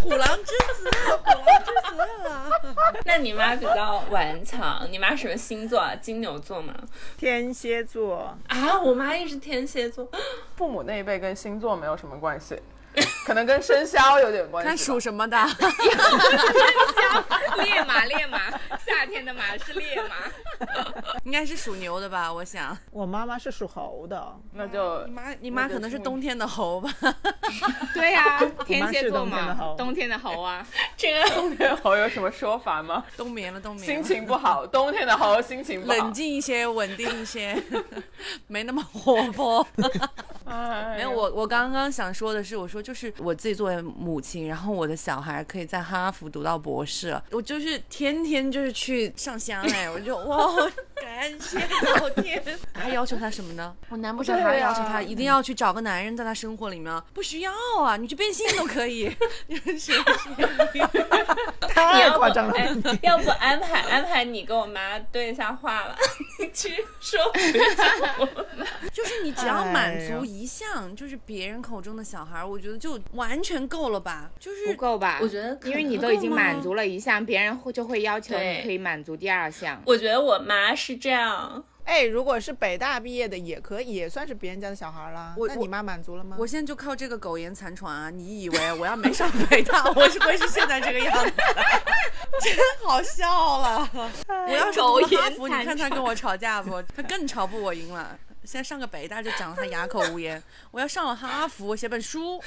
Speaker 5: 虎狼之子，虎狼之子啊！
Speaker 2: 那你妈比较顽强，你妈什么星座啊？金牛座吗？
Speaker 1: 天蝎座，
Speaker 2: 啊，我妈也是天蝎 座。
Speaker 3: 父母那一辈跟星座没有什么关系，可能跟生肖有点关
Speaker 5: 他
Speaker 3: 系吧。
Speaker 5: 属什么的？
Speaker 4: 烈马，烈 马，夏天的马是烈马。
Speaker 5: 应该是属牛的吧？我想，
Speaker 1: 我妈妈是属猴的，
Speaker 3: 那就
Speaker 5: 你妈你妈可能是冬天的猴吧？
Speaker 4: 对呀、天蝎座
Speaker 1: 我妈是冬天的
Speaker 4: 嘛
Speaker 1: 猴，
Speaker 4: 冬天的猴啊。
Speaker 2: 这个
Speaker 3: 冬天的猴有什么说法吗？
Speaker 5: 冬眠了，冬眠
Speaker 3: 心
Speaker 5: 了。
Speaker 3: 情不好，冬天的猴心情不好。
Speaker 5: 冷静一些，稳定一 些，没那么活泼。
Speaker 3: 哎
Speaker 5: 没
Speaker 3: 呦
Speaker 5: 有，我我刚刚想说的是，我说就是我自己作为母亲，然后我的小孩可以在哈佛读到博士，我就是天天就是去上香 哎，我就哇，感谢老哦天。还要求他什么呢？我难不成还
Speaker 3: 对
Speaker 5: 要
Speaker 3: 啊
Speaker 5: 要求他一定要去找个男人在他生活里面？ 不需要啊，你去变性都可 以。你们谁
Speaker 2: 你
Speaker 1: 太
Speaker 2: 要不
Speaker 1: 夸张了。
Speaker 2: 哎要不安排安排你跟我妈对一下话吧， 你去说 服一下我妈。
Speaker 5: 就是你只要满
Speaker 1: 哎呦
Speaker 5: 足一项，就是别人口中的小孩，我觉得就完全够了吧？就是
Speaker 4: 不够吧？
Speaker 2: 我觉得可
Speaker 4: 因为你
Speaker 5: 能
Speaker 4: 都已经
Speaker 5: 够吗
Speaker 4: 满足了一项，别人会就会要求
Speaker 2: 对
Speaker 4: 你可以满足第二项。
Speaker 2: 我觉得我妈是这样，
Speaker 1: 哎，如果是北大毕业的，也可以，也算是别人家的小孩啦。
Speaker 5: 我
Speaker 1: 那你妈满足了吗？
Speaker 5: 我现在就靠这个苟延残喘啊！你以为我要没上北大，我是会是现在这个样子？ 真好笑啊了！我要是读
Speaker 4: 苟
Speaker 5: 了
Speaker 4: 延
Speaker 5: 哈佛，你
Speaker 4: 残
Speaker 5: 看他跟我吵架不？他更吵不我赢了。现在上个北大就讲得他哑口无言。我要上了哈佛，写本书。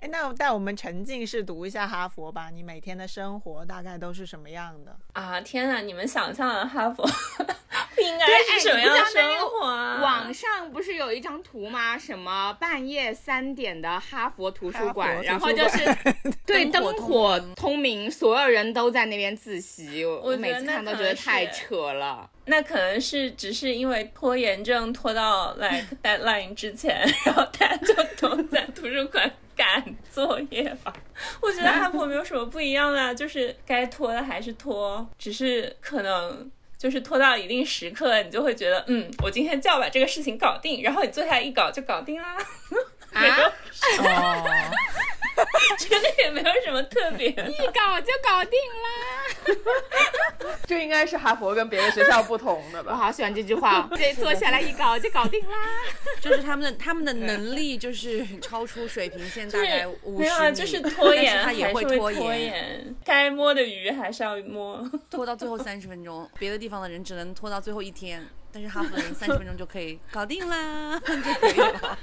Speaker 1: 哎，那带我们沉浸式读一下哈佛吧。你每天的生活大概都是什么样的？
Speaker 2: 啊，天哪！你们想象的哈佛 应该
Speaker 4: 对哎
Speaker 2: 是什么样
Speaker 4: 你
Speaker 2: 的
Speaker 4: 不知道那
Speaker 2: 生
Speaker 4: 个
Speaker 2: 活啊？
Speaker 4: 网上不是有一张图吗？什么半夜三点的哈佛图书
Speaker 1: 哈
Speaker 4: 馆，
Speaker 1: 佛
Speaker 4: 然后
Speaker 1: 图书
Speaker 4: 就
Speaker 1: 馆
Speaker 4: 是 对
Speaker 5: 灯
Speaker 4: 灯
Speaker 5: 火通
Speaker 4: 火
Speaker 5: 明
Speaker 4: 通明，所有人都在那边自习。我
Speaker 2: 我觉
Speaker 4: 每
Speaker 2: 得
Speaker 4: 次
Speaker 2: 那
Speaker 4: 看都
Speaker 2: 可
Speaker 4: 觉得
Speaker 2: 能
Speaker 4: 太
Speaker 2: 是
Speaker 4: 扯 了。
Speaker 2: 那可能是只是因为拖延症拖到 like deadline 之前，然后大家就都在图书馆赶作业吧。 我觉得哈佛没有什么不一样的啊，就是该拖的还是拖，只是可能就是拖到一定时刻，你就会觉得，嗯，我今天就要把这个事情搞定，然后你坐下来一搞就搞定啦，
Speaker 4: 啊，
Speaker 1: 哦，
Speaker 2: 真的也没有什么特别的。
Speaker 4: 一搞就搞定啦。
Speaker 3: 这应该是哈佛跟别的学校不同的
Speaker 4: 我
Speaker 3: 吧？
Speaker 4: 好喜欢这句话 哦，这坐下来一搞就搞定啦。
Speaker 5: 就是他们的他们的能力就是超出水平线大
Speaker 2: 就是
Speaker 5: 概五
Speaker 2: 没
Speaker 5: 十
Speaker 2: 有啊，就是拖 延，
Speaker 5: 他也
Speaker 2: 还
Speaker 5: 会
Speaker 2: 是会
Speaker 5: 拖延
Speaker 2: 延。该摸的鱼还是要摸。
Speaker 5: 拖到最后三十分钟，别的地方的人只能拖到最后一天，但是哈佛的人三十分钟就可以搞定啦， 就可以了。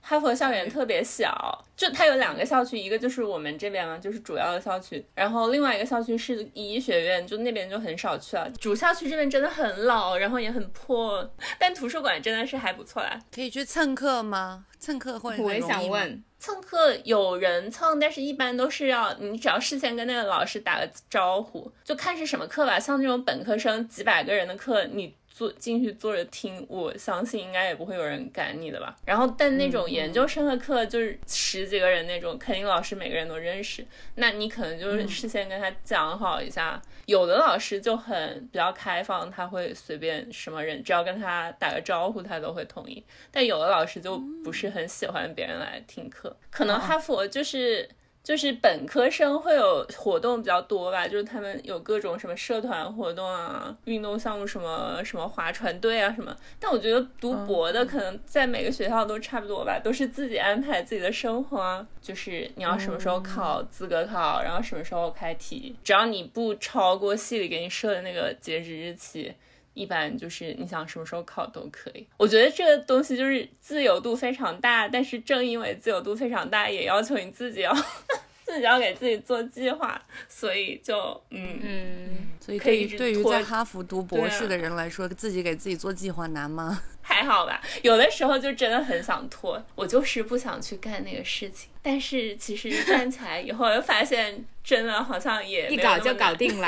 Speaker 2: 哈佛校园特别小，就它有两个校区，一个就是我们这边嘛，就是主要的校区，然后另外一个校区是医学院，就那边就很少去了。主校区这边真的很老，然后也很破，但图书馆真的是还不错啦。
Speaker 5: 可以去蹭课吗？蹭课会很
Speaker 4: 我也
Speaker 5: 容易
Speaker 4: 想
Speaker 5: 吗，
Speaker 4: 问，
Speaker 2: 蹭课有人蹭，但是一般都是要你只要事先跟那个老师打个招呼，就看是什么课吧。像这种本科生几百个人的课，你坐进去坐着听，我相信应该也不会有人赶你的吧。然后，但那种研究生的课就是十几个人那种，肯定老师每个人都认识，那你可能就是事先跟他讲好一下。有的老师就很比较开放，他会随便什么人，只要跟他打个招呼，他都会同意。但有的老师就不是很喜欢别人来听课，可能哈佛就是。就是本科生会有活动比较多吧，就是他们有各种什么社团活动啊、运动项目什么什么划船队啊什么。但我觉得读博的可能在每个学校都差不多吧，都是自己安排自己的生活啊。就是你要什么时候考资格考，然后什么时候开题，只要你不超过系里给你设的那个截止日期，一般就是你想什么时候考都可以。我觉得这个东西就是自由度非常大，但是正因为自由度非常大，也要求你自己要 自己要给自己做计划，所以就嗯，
Speaker 4: 嗯，
Speaker 5: 所以
Speaker 2: 可
Speaker 5: 对
Speaker 2: 以
Speaker 5: 于对于
Speaker 2: 拖
Speaker 5: 在哈佛读博士
Speaker 2: 对
Speaker 5: 的人来说，自己给自己做计划难吗？
Speaker 2: 还好吧。有的时候就真的很想拖，我就是不想去干那个事情。但是其实 干起来以后，又发现真的好像也
Speaker 4: 一
Speaker 2: 没有那
Speaker 4: 搞
Speaker 2: 么
Speaker 4: 就搞
Speaker 2: 难
Speaker 4: 定了。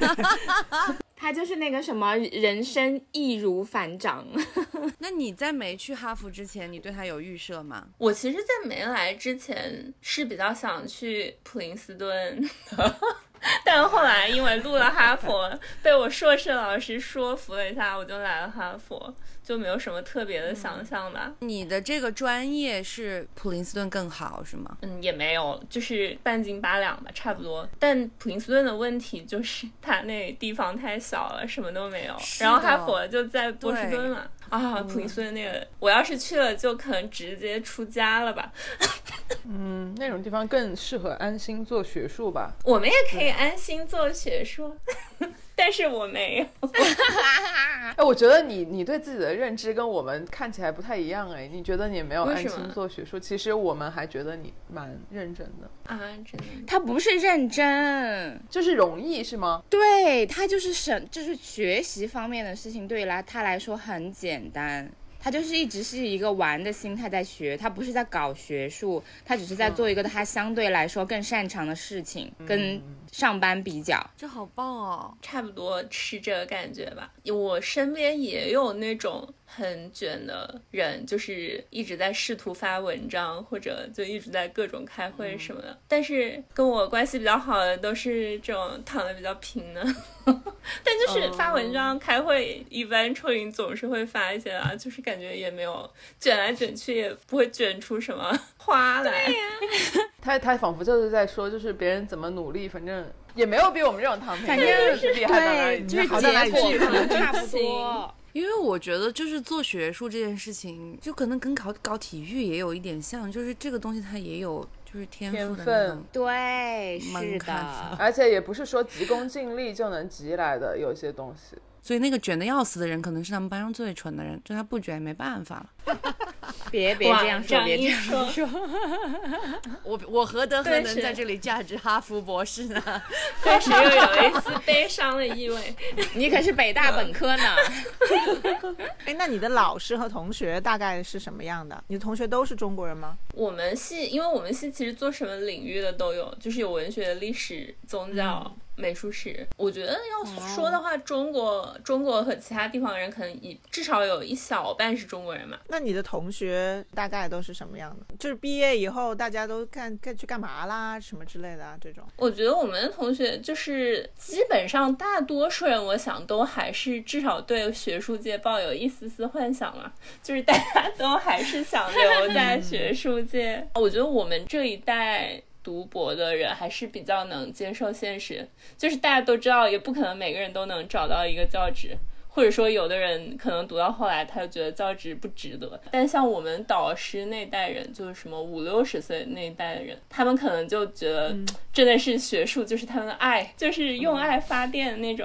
Speaker 4: 他就是那个什么人生易如反掌，
Speaker 5: 那你在没去哈佛之前，你对他有预设吗？
Speaker 2: 我其实，在没来之前是比较想去普林斯顿的， 但后来因为录了哈佛，被我硕士老师说服了一下，我就来了哈佛，就没有什么特别的
Speaker 5: 嗯
Speaker 2: 想象吧。
Speaker 5: 你的这个专业是普林斯顿更好是吗？
Speaker 2: 嗯，也没有，就是半斤八两吧，差不多。但普林斯顿的问题就是它那地方太小了，什么都没有。
Speaker 5: 是
Speaker 2: 然后
Speaker 5: 的嗯
Speaker 2: 哈佛就在波士顿嘛。啊，普林斯顿那个，我要是去了，就可能直接出家了吧。
Speaker 3: 嗯，那种地方更适合安心做学术吧。
Speaker 2: 我们也可以安心做学术， 但是我没有。
Speaker 3: 哎，我觉得你你对自己的认知跟我们看起来不太一样哎，你觉得你没有
Speaker 2: 为
Speaker 3: 安
Speaker 2: 什
Speaker 3: 心
Speaker 2: 么
Speaker 3: 做学术，其实我们还觉得你蛮认真的，
Speaker 2: 啊，真的，
Speaker 4: 他不是认真，
Speaker 3: 就是容易是吗？
Speaker 4: 对他就是省，就是学习方面的事情对于来他来说很简单。他就是一直是一个玩的心态在学，他不是在搞学术，他只是在做一个他相对来说更擅长的事情，跟上班比较。
Speaker 5: 这好棒哦！
Speaker 2: 差不多是这个感觉吧。我身边也有那种很卷的人，就是一直在试图发文章，或者就一直在各种开会什么的。但是跟我关系比较好的都是这种躺的比较平的， 但就是发文章、开会，eventually 总是会发一些啊，就是感觉也没有卷来卷去，也不会卷出什么花来。
Speaker 3: 他他仿佛就是在说，就是别人怎么努力，反正也没有比我们这种躺平的
Speaker 4: 反正
Speaker 3: 人是厉害到哪里，
Speaker 4: 对，就是
Speaker 3: 好
Speaker 4: 结
Speaker 3: 在哪里
Speaker 4: 果
Speaker 3: 去
Speaker 4: 可能差不
Speaker 2: 不
Speaker 4: 多
Speaker 2: 多。
Speaker 5: 因为我觉得就是做学术这件事情，就可能跟搞搞体育也有一点像，就是这个东西它也有就是天赋的
Speaker 3: 天
Speaker 5: 那种
Speaker 3: 分。
Speaker 4: 对，是
Speaker 5: 门槛
Speaker 4: 的，
Speaker 3: 而且也不是说急功近利就能急来的，有些东西。
Speaker 5: 所以那个卷的要死的人，可能是他们班上最蠢的人，就他不卷也没办法了。
Speaker 4: 别别
Speaker 2: 哇
Speaker 4: 这样
Speaker 2: 这
Speaker 4: 说，
Speaker 2: 样
Speaker 4: 别
Speaker 2: 一
Speaker 4: 样 说。
Speaker 5: 我我何德何
Speaker 2: 对能是 在
Speaker 5: 这里价值哈佛博士呢？
Speaker 2: 但是又有 一丝悲伤的意味。
Speaker 4: 你可是北大本科呢，
Speaker 1: 哎，那你的老师和同学大概是什么样的？你的同学都是中国人吗？
Speaker 2: 我
Speaker 4: 嗯
Speaker 2: 们系，因为我们系其实做什么领域的都有，就是有文学、历史、宗教，美术史。我觉得要
Speaker 4: 哦
Speaker 2: 说的话，中国中国和其他地方人可能一至少有一小半是中国人嘛。
Speaker 1: 那你的同学大概都是什么样的？就是毕业以后大家都干干去干嘛啦，什么之类的啊，这种。
Speaker 2: 我觉得我们的同学就是基本上大多数人，我想都还是至少对学术界抱有一丝丝幻想嘛，就是大家都还是想留在学术界。我觉得我们这一代。读博的人还是比较能接受现实，就是大家都知道，也不可能每个人都能找到一个教职，或者说有的人可能读到后来他就觉得教职不值得。但像我们导师那代人，就是什么五六十岁那一代的人，他们可能就觉得真的是学术就是他们的爱，就是用爱发电那种。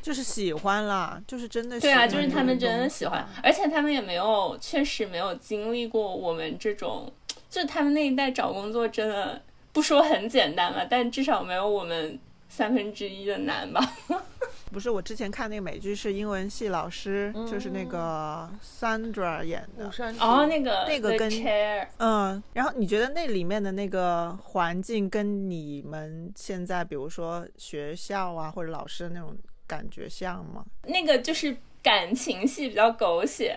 Speaker 1: 就是喜欢啦，就是真的喜
Speaker 2: 对
Speaker 1: 欢
Speaker 2: 啊，
Speaker 1: 这种东
Speaker 2: 就是
Speaker 1: 西。
Speaker 2: 他们真的喜欢，而且他们也没有，确实没有经历过我们这种，就他们那一代找工作真的不说很简单吧，但至少没有我们三分之一的难吧。
Speaker 1: 不是我之前看那个美剧是英文系老师，就是
Speaker 2: 嗯
Speaker 1: 那个 Sandra 演的
Speaker 3: 五。山
Speaker 2: 然
Speaker 4: 哦
Speaker 2: 后哦那 个
Speaker 1: 那个
Speaker 2: The
Speaker 1: 跟
Speaker 2: chair，
Speaker 1: 嗯，然后你觉得那里面的那个环境跟你们现在，比如说学校啊或者老师的那种感觉像吗？
Speaker 2: 那个就是感情戏比较狗血，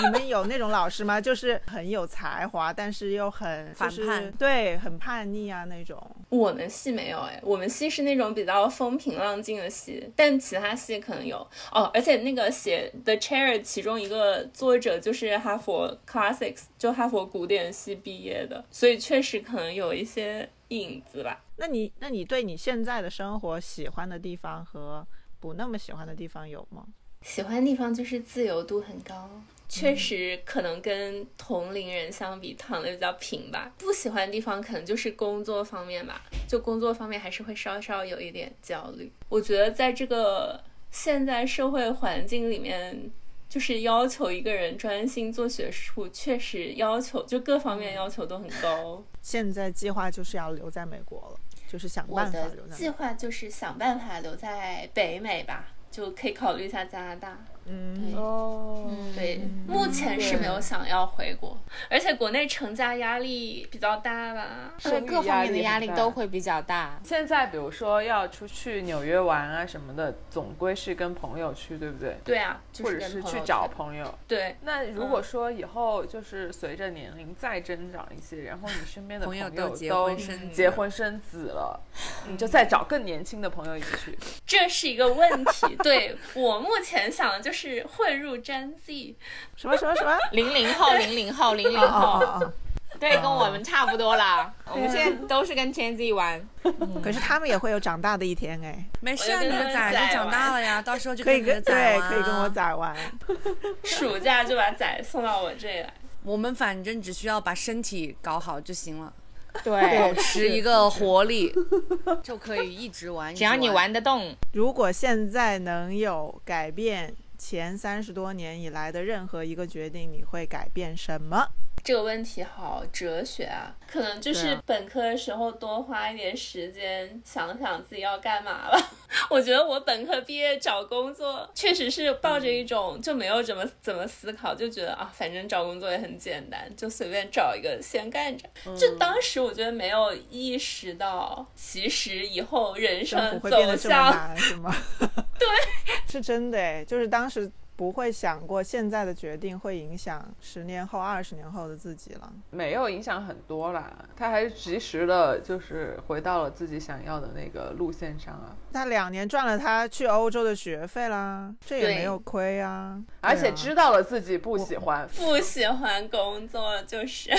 Speaker 1: 你们有那种老师吗？ 就是很有才华，但是又很、就是、
Speaker 5: 反叛
Speaker 1: 对，很叛逆啊那种。
Speaker 2: 我们系没有哎，我们系是那种比较风平浪静的系，但其他系可能有哦。而且那个写《The Chair》其中一个作者就是哈佛 Classics，就哈佛古典系毕业的，所以确实可能有一些影子吧。
Speaker 1: 那你那你对你现在的生活喜欢的地方和不那么喜欢的地方有吗？
Speaker 2: 喜欢的地方就是自由度很高，确实可能跟同龄人相比躺的比较平吧。不喜欢的地方可能就是工作方面吧，就工作方面还是会稍稍有一点焦虑。我觉得在这个现在社会环境里面。就是要求一个人专心做学术，确实要求就各方面要求都很高。
Speaker 1: 现在计划就是要留在美国了，就是想
Speaker 2: 我
Speaker 1: 办法
Speaker 2: 的
Speaker 1: 留在美
Speaker 2: 计
Speaker 1: 国。
Speaker 2: 划就是想办法留在北美吧，就可以考虑一下加拿大。
Speaker 1: 嗯，
Speaker 3: 哦，
Speaker 2: 对，目前是没有
Speaker 3: 对
Speaker 2: 想要回国，而且国内成家压力比较大吧。
Speaker 4: 对
Speaker 3: 生育
Speaker 4: 各方面的
Speaker 3: 压
Speaker 4: 压
Speaker 3: 力
Speaker 4: 力
Speaker 3: 很大
Speaker 4: 都会比较大。
Speaker 3: 现在比如说要出去纽约玩啊什么的，总归是跟朋友去，对不对？
Speaker 2: 对啊，就
Speaker 3: 或
Speaker 2: 是
Speaker 3: 者
Speaker 2: 跟
Speaker 3: 是
Speaker 2: 朋
Speaker 3: 去
Speaker 2: 友
Speaker 3: 找
Speaker 2: 去
Speaker 3: 朋友。
Speaker 2: 对，
Speaker 3: 那如果说以后就是随着年龄再增长一些，然后你身边的
Speaker 5: 朋友
Speaker 3: 都
Speaker 5: 都结婚生子
Speaker 3: 结婚生子了，你就再找更年轻的朋友一起去。
Speaker 2: 这是一个问 题。对我目前想的就是混入 Gen Z，
Speaker 1: 什么什么什么？
Speaker 4: 零零后，零零后，零零
Speaker 1: 哦
Speaker 4: 后，
Speaker 1: 哦
Speaker 4: 对，跟我们差不多啦。我们现在都是跟 Gen Z 玩，
Speaker 1: 哦！可是他们也会有长大的一天哎，
Speaker 5: 没事啊，
Speaker 2: 我
Speaker 5: 你
Speaker 2: 就跟他
Speaker 5: 的
Speaker 2: 们
Speaker 5: 崽子
Speaker 2: 崽
Speaker 5: 长
Speaker 2: 玩
Speaker 5: 大了呀，到时候就
Speaker 1: 可以
Speaker 5: 你的
Speaker 1: 跟
Speaker 5: 崽
Speaker 1: 对
Speaker 5: 玩
Speaker 1: 可以跟我
Speaker 5: 啊。
Speaker 1: 崽玩。
Speaker 2: 暑假就把仔送到我这里来。
Speaker 5: 我们反正只需要把身体搞好就行了，
Speaker 4: 对，
Speaker 5: 持一个活力 就可以一直玩。一
Speaker 4: 只
Speaker 5: 直
Speaker 4: 要你玩得动，
Speaker 1: 如果现在能有改变前三十多年以来的任何一个决定，你会改变什么？
Speaker 2: 这个问题好哲学啊，可能就是本科的时候多花一点时间想想自己要干嘛吧。 我觉得我本科毕业找工作，确实是抱着
Speaker 1: 嗯
Speaker 2: 一种就没有怎么怎么思考，就觉得啊，反正找工作也很简单，就随便找一个先干着。
Speaker 1: 嗯
Speaker 2: 就当时我觉得没有意识到，其实以后人
Speaker 1: 生活
Speaker 2: 生
Speaker 1: 会变
Speaker 2: 嗯走
Speaker 1: 得这么
Speaker 2: 向
Speaker 1: 难，是吗？ 对，是真的哎，就是当时不会想过现在的决定会影响十年后、二十年后的自己了。
Speaker 3: 没有影响很多啦，他还是及时的，就是回到了自己想要的那个路线上啊。
Speaker 1: 他两年赚了他去欧洲的学费啦，这也
Speaker 2: 对
Speaker 1: 没有亏啊。
Speaker 3: 而
Speaker 1: 对
Speaker 3: 且
Speaker 1: 啊
Speaker 3: 知道了自己不喜欢，
Speaker 2: 不喜欢工作，就是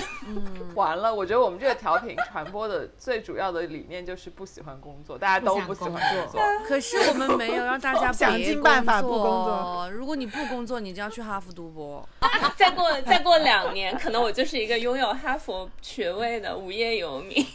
Speaker 3: 完了，我觉得我们这个调频传播的最主要的理念就是不喜欢工作，大家都不喜欢工作。
Speaker 5: 可是我们没有让大家
Speaker 1: 想
Speaker 5: 别
Speaker 1: 尽办法不工
Speaker 5: 工
Speaker 1: 作
Speaker 5: 作。如果你不工作，你就要去哈佛读博。
Speaker 2: 再过 再过两年，可能我就是一个拥有哈佛学位的无业游民。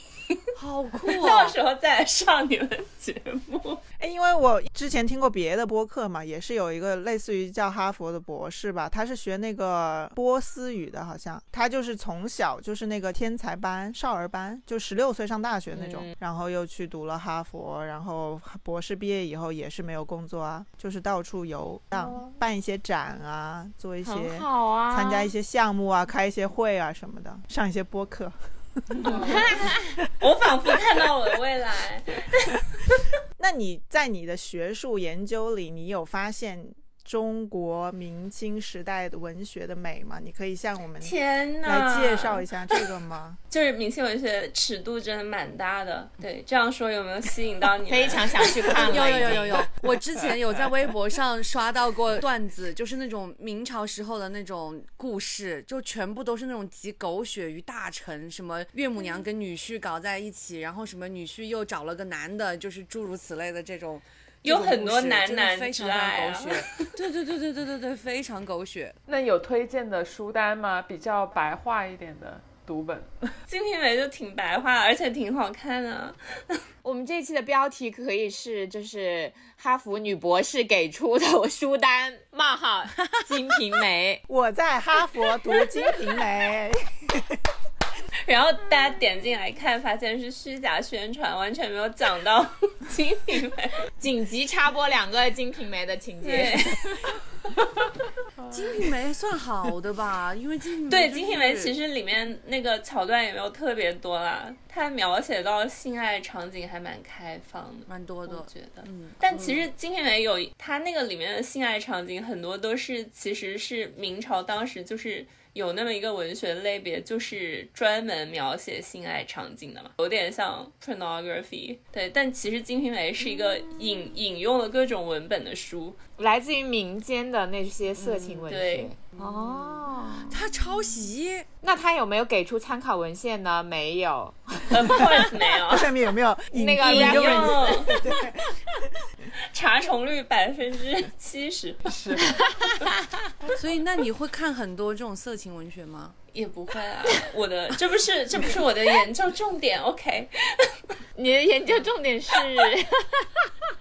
Speaker 5: 好酷
Speaker 2: 到
Speaker 5: 哦！
Speaker 2: 时候再来上你们节目。
Speaker 1: 哎，因为我之前听过别的播客嘛，也是有一个类似于叫哈佛的博士吧，他是学那个波斯语的，好像他就是从小就是那个天才班、少儿班，就十六岁上大学那种，
Speaker 4: 嗯
Speaker 1: 然后又去读了哈佛，然后博士毕业以后也是没有工作啊，就是到处游荡，办一些展啊，做一些。
Speaker 4: 哦很好啊。
Speaker 1: 参加一些项目啊，开一些会啊什么的，上一些播客。
Speaker 2: 我仿佛看到我的未来。
Speaker 1: 那你在你的学术研究里，你有发现中国明清时代的文学的美吗？你可以向我们
Speaker 2: 天
Speaker 1: 来
Speaker 2: 呐！
Speaker 1: 介绍一下这个吗？
Speaker 2: 就是明清文学尺度真的蛮大的。对，这样说有没有吸引 到你们？
Speaker 4: 非常想去看了。
Speaker 5: 有有有有有，我之前有在微博上刷到过段子，就是那种明朝时候的那种故事，就全部都是那种集狗血于大成，什么岳母
Speaker 2: 嗯
Speaker 5: 娘跟女婿搞在一起，然后什么女婿又找了个男的，就是诸如此类的这种。
Speaker 2: 有
Speaker 5: 这种
Speaker 2: 很
Speaker 5: 故
Speaker 2: 多
Speaker 5: 事
Speaker 2: 男
Speaker 5: 真的
Speaker 2: 男
Speaker 5: 非常
Speaker 2: 之
Speaker 5: 非
Speaker 2: 爱
Speaker 5: 常
Speaker 2: 啊
Speaker 5: 狗血，对对对对对对对，非常 狗血。
Speaker 3: 那有推荐的书单吗？比较白话一点的读本。
Speaker 2: 《金瓶梅》就挺白话，而且挺好看的。
Speaker 4: 我们这期的标题可以是就是哈佛女博士给出的我书单冒号金瓶梅。
Speaker 1: 我在哈佛读《金瓶梅》，
Speaker 2: 然后大家点进来看，发现是虚假宣传，完全没有讲到 《金瓶梅》。
Speaker 4: 紧急插播两个《金瓶梅》的情
Speaker 2: 对
Speaker 4: 节，
Speaker 5: 金瓶梅算好的吧，因为金瓶梅
Speaker 2: 对，《
Speaker 5: 就
Speaker 2: 金瓶梅》
Speaker 5: 是
Speaker 2: 其实里面那个桥段也没有特别多啦，它描写到性爱场景还蛮开放的。
Speaker 5: 蛮多
Speaker 2: 我
Speaker 5: 的，
Speaker 2: 觉得，
Speaker 5: 嗯
Speaker 2: 但其实《金瓶梅》有它那个里面的性爱场景，很多都是其实是明朝当时就是有那么一个文学类别，就是专门描写性爱场景的嘛，有点像 pornography。对，但其实《金瓶梅》是一
Speaker 5: 嗯
Speaker 2: 个引引用了各种文本的书，
Speaker 4: 来自于民间的那些色情文
Speaker 2: 嗯
Speaker 4: 学
Speaker 2: 对。
Speaker 4: 哦，
Speaker 5: 他抄袭，
Speaker 4: 那他有没有给出参考文献呢？没有。
Speaker 2: of course 没有。
Speaker 1: 上面有没 有引
Speaker 4: 那个
Speaker 1: 引
Speaker 2: 引
Speaker 1: 用
Speaker 4: reference
Speaker 2: 用 查重率百分之七十
Speaker 5: 所以那你会看很多这种色情文学吗？
Speaker 2: 也不会啊， 我的这不是这不是我的 研究重点，OK。
Speaker 4: 你的研究 重点是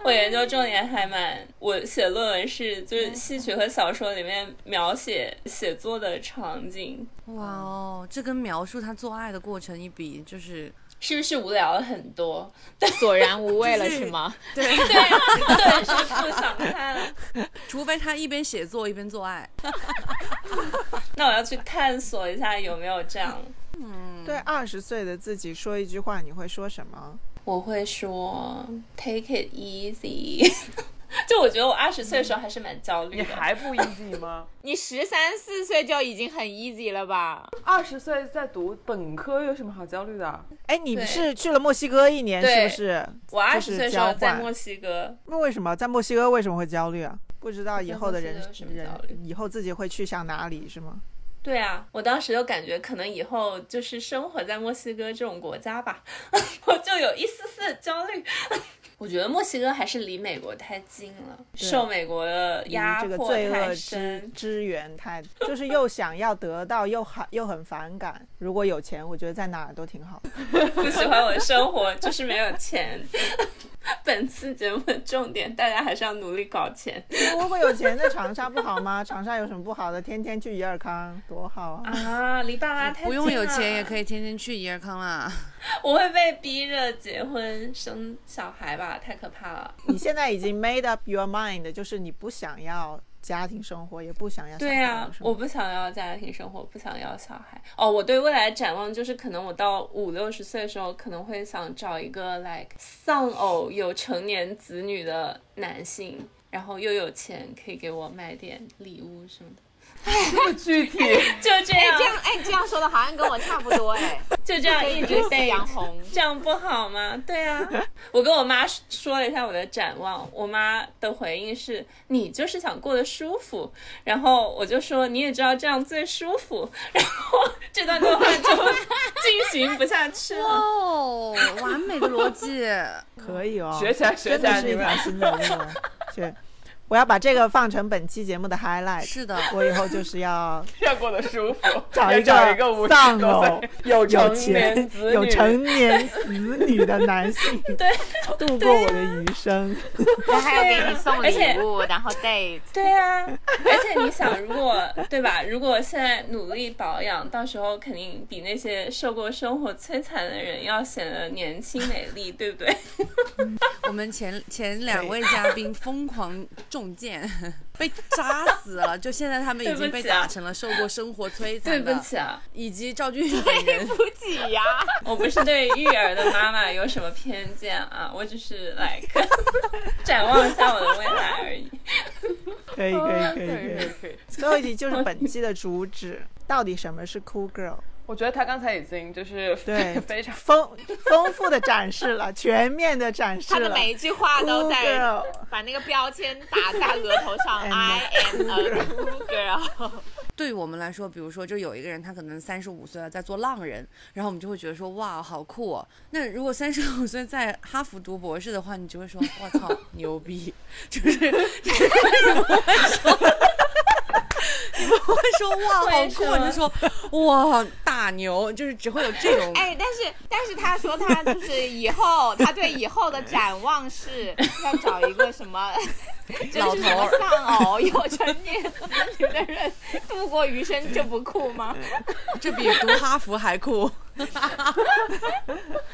Speaker 2: 我研究重点还蛮，我写论文是就是戏曲和小说里面描写写作的场景，
Speaker 5: 哇哦，这跟描述他做爱的过程一比，就是
Speaker 2: 是不是无聊了很多？
Speaker 4: 索然无味了
Speaker 5: 就是
Speaker 4: 是吗？
Speaker 5: 对，
Speaker 2: 对，对，是不想看了。
Speaker 5: 除非他一边写作一边做爱。
Speaker 2: 那我要去探索一下有没有这样。
Speaker 1: 对二十岁的自己说一句话，你会说什么？
Speaker 2: 我会说 take it easy，就 我觉得我二十岁的时候还是蛮焦虑
Speaker 3: 你
Speaker 2: 的。
Speaker 3: 还不 easy 吗？
Speaker 4: 你十三四岁就已经很 easy 了吧？
Speaker 3: 二十岁在读本科有什么好焦虑的？啊
Speaker 1: 哎，你
Speaker 2: 对
Speaker 1: 是去了墨西哥一年，是
Speaker 2: 对
Speaker 1: 不是？
Speaker 2: 我二十岁的时候
Speaker 1: 就是交
Speaker 2: 在
Speaker 1: 换
Speaker 2: 墨西哥，
Speaker 1: 那为什么在墨西哥为什么会焦虑啊？不知道以后的人
Speaker 2: 在墨西哥有什么焦虑
Speaker 1: 人以后自己会去向哪里是吗？
Speaker 2: 对啊，我当时就感觉可能以后就是生活在墨西哥这种国家吧， 我就有一丝丝的焦虑。 我觉得墨西哥还是离美国太近了，受美国的
Speaker 1: 离
Speaker 2: 压
Speaker 1: 这个
Speaker 2: 迫
Speaker 1: 罪恶
Speaker 2: 太
Speaker 1: 之
Speaker 2: 深。
Speaker 1: 之源太，就是又想要得到，又很又很反感。如果有钱，我觉得在哪儿都挺好。
Speaker 2: 不喜欢我的生活，就是没有钱。 本次节目的重点，大家还是要努力搞钱
Speaker 1: 如果有钱，在长沙不好吗？长沙有什么不好的？天天去怡尔康多好啊！
Speaker 2: 啊！离爸妈太近了
Speaker 5: 不用有钱也可以天天去怡尔康啦。
Speaker 2: 我会被逼着结婚生小孩吧，太可怕了。
Speaker 1: 你现在已经 made up your mind，就是你不想要家庭生活，也不想要
Speaker 2: 对
Speaker 1: 呀、
Speaker 2: 啊呀、我不想要家庭生活，不想要小孩。哦，我对未来展望就是，可能我到五六十岁的时候，可能会想找一个 like 丧偶有成年子女的男性，然后又有钱，可以给我买点礼物什么的。
Speaker 3: 这么具体，
Speaker 2: 就这
Speaker 4: 哎，
Speaker 2: 样
Speaker 4: 这，样哎，这样说的好像跟我差不 多哎，
Speaker 2: 就这样一直
Speaker 4: 可以
Speaker 2: date
Speaker 4: 杨红
Speaker 2: 这样不好吗？对啊，我跟我妈说了一下我的展望，我妈的回应是你就是想过得舒服，然后我就说你也知道这样最舒服， 然后这段对话就进行不下去了。
Speaker 5: 哦，完美的逻辑，
Speaker 1: 可以哦，
Speaker 3: 学起来，学
Speaker 1: 真
Speaker 3: 起
Speaker 1: 的
Speaker 3: 来，
Speaker 1: 是
Speaker 3: 你
Speaker 1: 一
Speaker 3: 们
Speaker 1: 条新的路啊。 学，我要把这个放成本期节目的 highlight。
Speaker 5: 是的，
Speaker 1: 我以后就是要
Speaker 3: 要过得舒服，
Speaker 1: 找
Speaker 3: 要
Speaker 1: 一
Speaker 3: 找一
Speaker 1: 个
Speaker 3: 个五十
Speaker 1: 丧
Speaker 3: 多
Speaker 1: 偶
Speaker 3: 岁、有
Speaker 1: 有
Speaker 3: 成年
Speaker 1: 钱
Speaker 3: 子、女、
Speaker 1: 有成年子女的男 性
Speaker 2: 对
Speaker 1: 度过我的余生。
Speaker 4: 他还要给你送
Speaker 2: 而且
Speaker 4: 礼物，然后 date。
Speaker 2: 对啊，而且你想，如果对吧？如果现在努力保养，到时候肯定比那些受过生活摧残的人要显得年轻美丽，对不对？
Speaker 5: 我们前前两位嘉宾疯狂中箭，被扎死了。就现在他们已
Speaker 2: 对
Speaker 5: 经
Speaker 2: 不
Speaker 5: 被
Speaker 2: 起啊
Speaker 5: 打成了受过生活摧
Speaker 2: 对
Speaker 5: 残
Speaker 2: 不
Speaker 5: 的，
Speaker 2: 起啊，
Speaker 5: 以及赵俊宇本人。
Speaker 4: 不起呀、
Speaker 2: 我不是对育儿的妈妈有什么偏见啊， 我只是 like 展望一下我的未来而已。
Speaker 1: 可以可以可
Speaker 3: 可
Speaker 1: 以可
Speaker 3: 以
Speaker 1: 以。
Speaker 3: 可以。
Speaker 1: 最后一集就是本期的主旨，到底什么是 cool girl？
Speaker 3: 我觉得他刚才已经就是
Speaker 1: 对
Speaker 3: 非常
Speaker 1: 丰丰富的展示了，全面的展示
Speaker 4: 他的
Speaker 1: 了。
Speaker 4: 每一句话都
Speaker 1: Cool
Speaker 4: 在
Speaker 1: girl
Speaker 4: 把那个标签打在额头上
Speaker 1: And
Speaker 4: ，I am a cool girl。
Speaker 5: 对于我们来说，比如说，就有一个人他可能三十五岁了，在做浪人，然后我们就会觉得说，哇，好酷哦。那如果三十五岁在哈佛读博士的话，你就会说，我操，牛逼，就是 就是你们会说，你们会说，哇，好
Speaker 2: 为什
Speaker 5: 酷，哦
Speaker 2: 么
Speaker 5: 你就说，哇，大牛，就是只会有这种。
Speaker 4: 哎，但是但是他说他就是以后，他对以后的展望是要找一个什么，就
Speaker 5: 老
Speaker 4: 是
Speaker 5: 头
Speaker 4: 什么
Speaker 5: 儿
Speaker 4: 丧偶有成年子女的人度过余生，这不酷吗？
Speaker 5: 这比读哈佛还酷。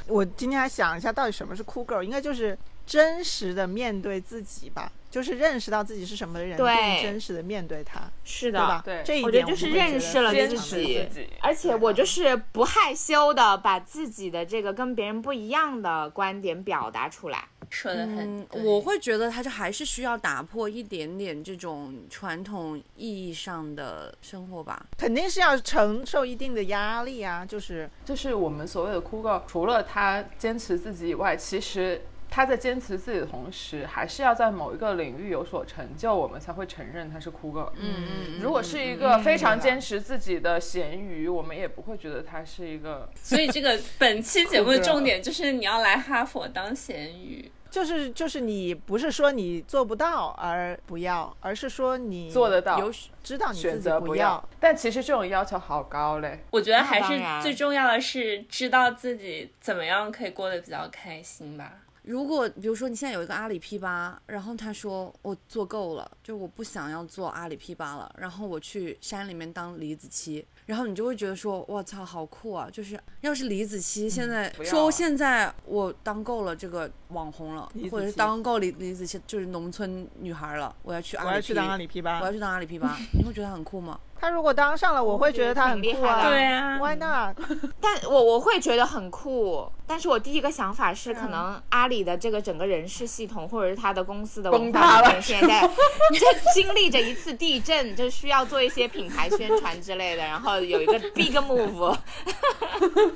Speaker 1: 我今天还想一下，到底什么是 cool girl？应该就是真实的面对自己吧，就是认识到自己是什么人，
Speaker 4: 对
Speaker 1: 并真实的面对他，
Speaker 4: 是
Speaker 1: 对吧？
Speaker 3: 对
Speaker 1: 这一
Speaker 4: 我觉
Speaker 1: 点
Speaker 4: 得就是
Speaker 1: 们会
Speaker 4: 认识了
Speaker 1: 觉得非
Speaker 3: 坚持
Speaker 1: 常
Speaker 4: 自
Speaker 1: 的
Speaker 4: 己
Speaker 3: 己。
Speaker 4: 而且我就是不害羞的把自己的这个跟别人不一样的观点表达出来。
Speaker 2: 说的很
Speaker 5: 嗯，
Speaker 2: 对，
Speaker 5: 我会觉得他就还是需要打破一点点这种传统意义上的生活吧。
Speaker 1: 肯定是要承受一定的压力啊，就是
Speaker 3: 就是我们所谓的酷 girl，除了她坚持自己以外，其实她在坚持自己的同时，还是要在某一个领域有所成就，我们才会承认她是酷 girl。嗯嗯。如果是一个非常坚持自己的咸鱼，我们也不会觉得她是一个。
Speaker 2: 所以这个本期节目的
Speaker 3: 酷
Speaker 2: 重点就是你要来哈佛当咸鱼。
Speaker 1: 就是就是你不是说你做不到而不要，而是说你
Speaker 3: 做得到，
Speaker 5: 有
Speaker 1: 知道你
Speaker 3: 选
Speaker 1: 自己
Speaker 3: 择
Speaker 1: 不
Speaker 3: 要。但其实这种要求好高嘞。
Speaker 2: 我觉得还
Speaker 4: 那当
Speaker 2: 是
Speaker 4: 然
Speaker 2: 最重要的是知道自己怎么样可以过得比较开心吧。
Speaker 5: 如果比如说你现在有一个阿里 P 八，然后他说我做够了，就我不想要做阿里 P 八了，然后我去山里面当李子柒，然后你就会觉得说，我操，好酷啊！就是要是李子柒现在、
Speaker 1: 嗯
Speaker 3: 不要啊
Speaker 5: 说现在我当够了这个网红了
Speaker 1: 李子，柒
Speaker 5: 或者是当够李李子柒就是农村女孩了，我要去阿
Speaker 1: 我
Speaker 5: 里 P，
Speaker 1: 要去当阿里 P
Speaker 5: 我
Speaker 1: 吧
Speaker 5: 要。去当阿里 P 八，你会觉得很酷吗？
Speaker 1: 他如果当上了，我会觉得他很
Speaker 4: 挺
Speaker 1: 酷
Speaker 4: 厉害
Speaker 1: 啊。
Speaker 4: 的
Speaker 2: 对啊
Speaker 1: Why not？
Speaker 4: 但我我会觉得很酷，但是我第一个想法是，
Speaker 3: 嗯
Speaker 4: 可能阿里的这个整个人事系统，或者是他的公司的文
Speaker 3: 崩
Speaker 4: 化
Speaker 3: 塌
Speaker 4: 里
Speaker 3: 了
Speaker 4: 面，现在就经历着一次地震，就需要做一些品牌宣传之类的，然后有一个 big move，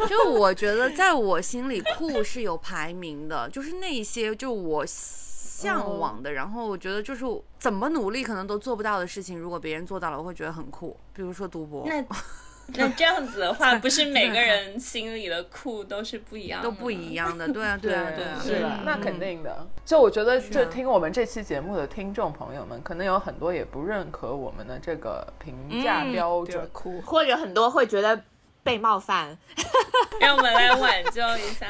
Speaker 5: 就我觉得，在我心里，酷是有排名的，就是那些就我向往的，然后我觉得就是怎么努力可能都做不到的事情，如果别人做到了，我会觉得很酷。比如说读博，
Speaker 2: 那那这样子的话，不是每个人心里的酷都是不一样的，
Speaker 5: 都不一。样的，对啊， 对啊，对啊。
Speaker 3: 是的
Speaker 2: 嗯，
Speaker 3: 那肯定的。就我觉得，就
Speaker 5: 啊
Speaker 3: 听我们这期节目的听众朋友们，可能有很多也不认可我们的这个评价
Speaker 4: 嗯
Speaker 3: 标准。
Speaker 1: 酷。
Speaker 4: 或者很多会觉得被冒犯，
Speaker 2: 让我们来挽救一下。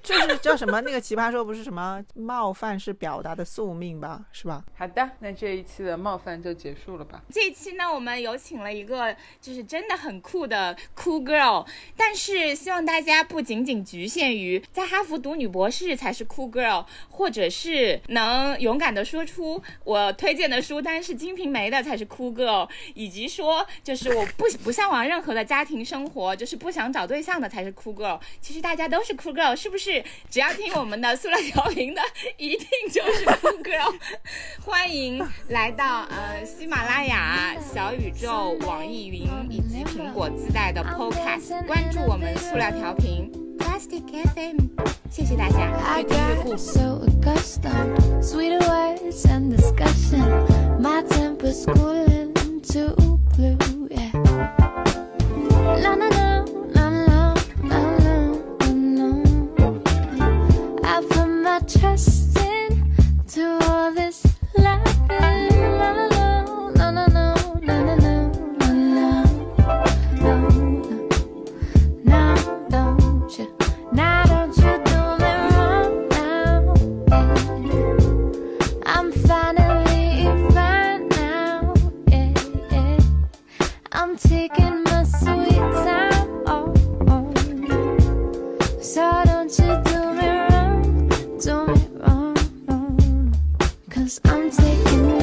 Speaker 1: 就是叫什么那个奇葩说不是什么冒犯是表达的宿命吧，是吧？
Speaker 3: 好的，那这一期的冒犯就结束了吧。
Speaker 4: 这期呢，我们有请了一个就是真的很酷的 cool girl，但是希望大家不仅仅局限于在哈佛读女博士才是 cool girl，或者是能勇敢的说出我推荐的书单是《金瓶梅》的才是 cool girl，以及说就是我不不向往任何的家庭生活，就是不想找对象的才是 cool girl。其实大家都是 cool girl，是不是？只要听我们的塑料调频的，一定就是 cool girl。欢迎来到呃喜马拉雅、小宇宙、网易云以及苹果自带的 Podcast，关注我们塑料调频 Plastic FM，谢谢大家。
Speaker 6: I got so accustomed, sweeter words and discussion. My temper's cooling to blue, yeah. La na na na na na na na. I put my trust in to all this laughing. La la la na na na na na na na. No, no. Now don't you, now don't you do me wrong now. yeah. I'm finally fine now. yeah, yeah. I'm taking my sweet time. Oh, oh. So don't you do me wrong, do me wrong. Cause I'm taking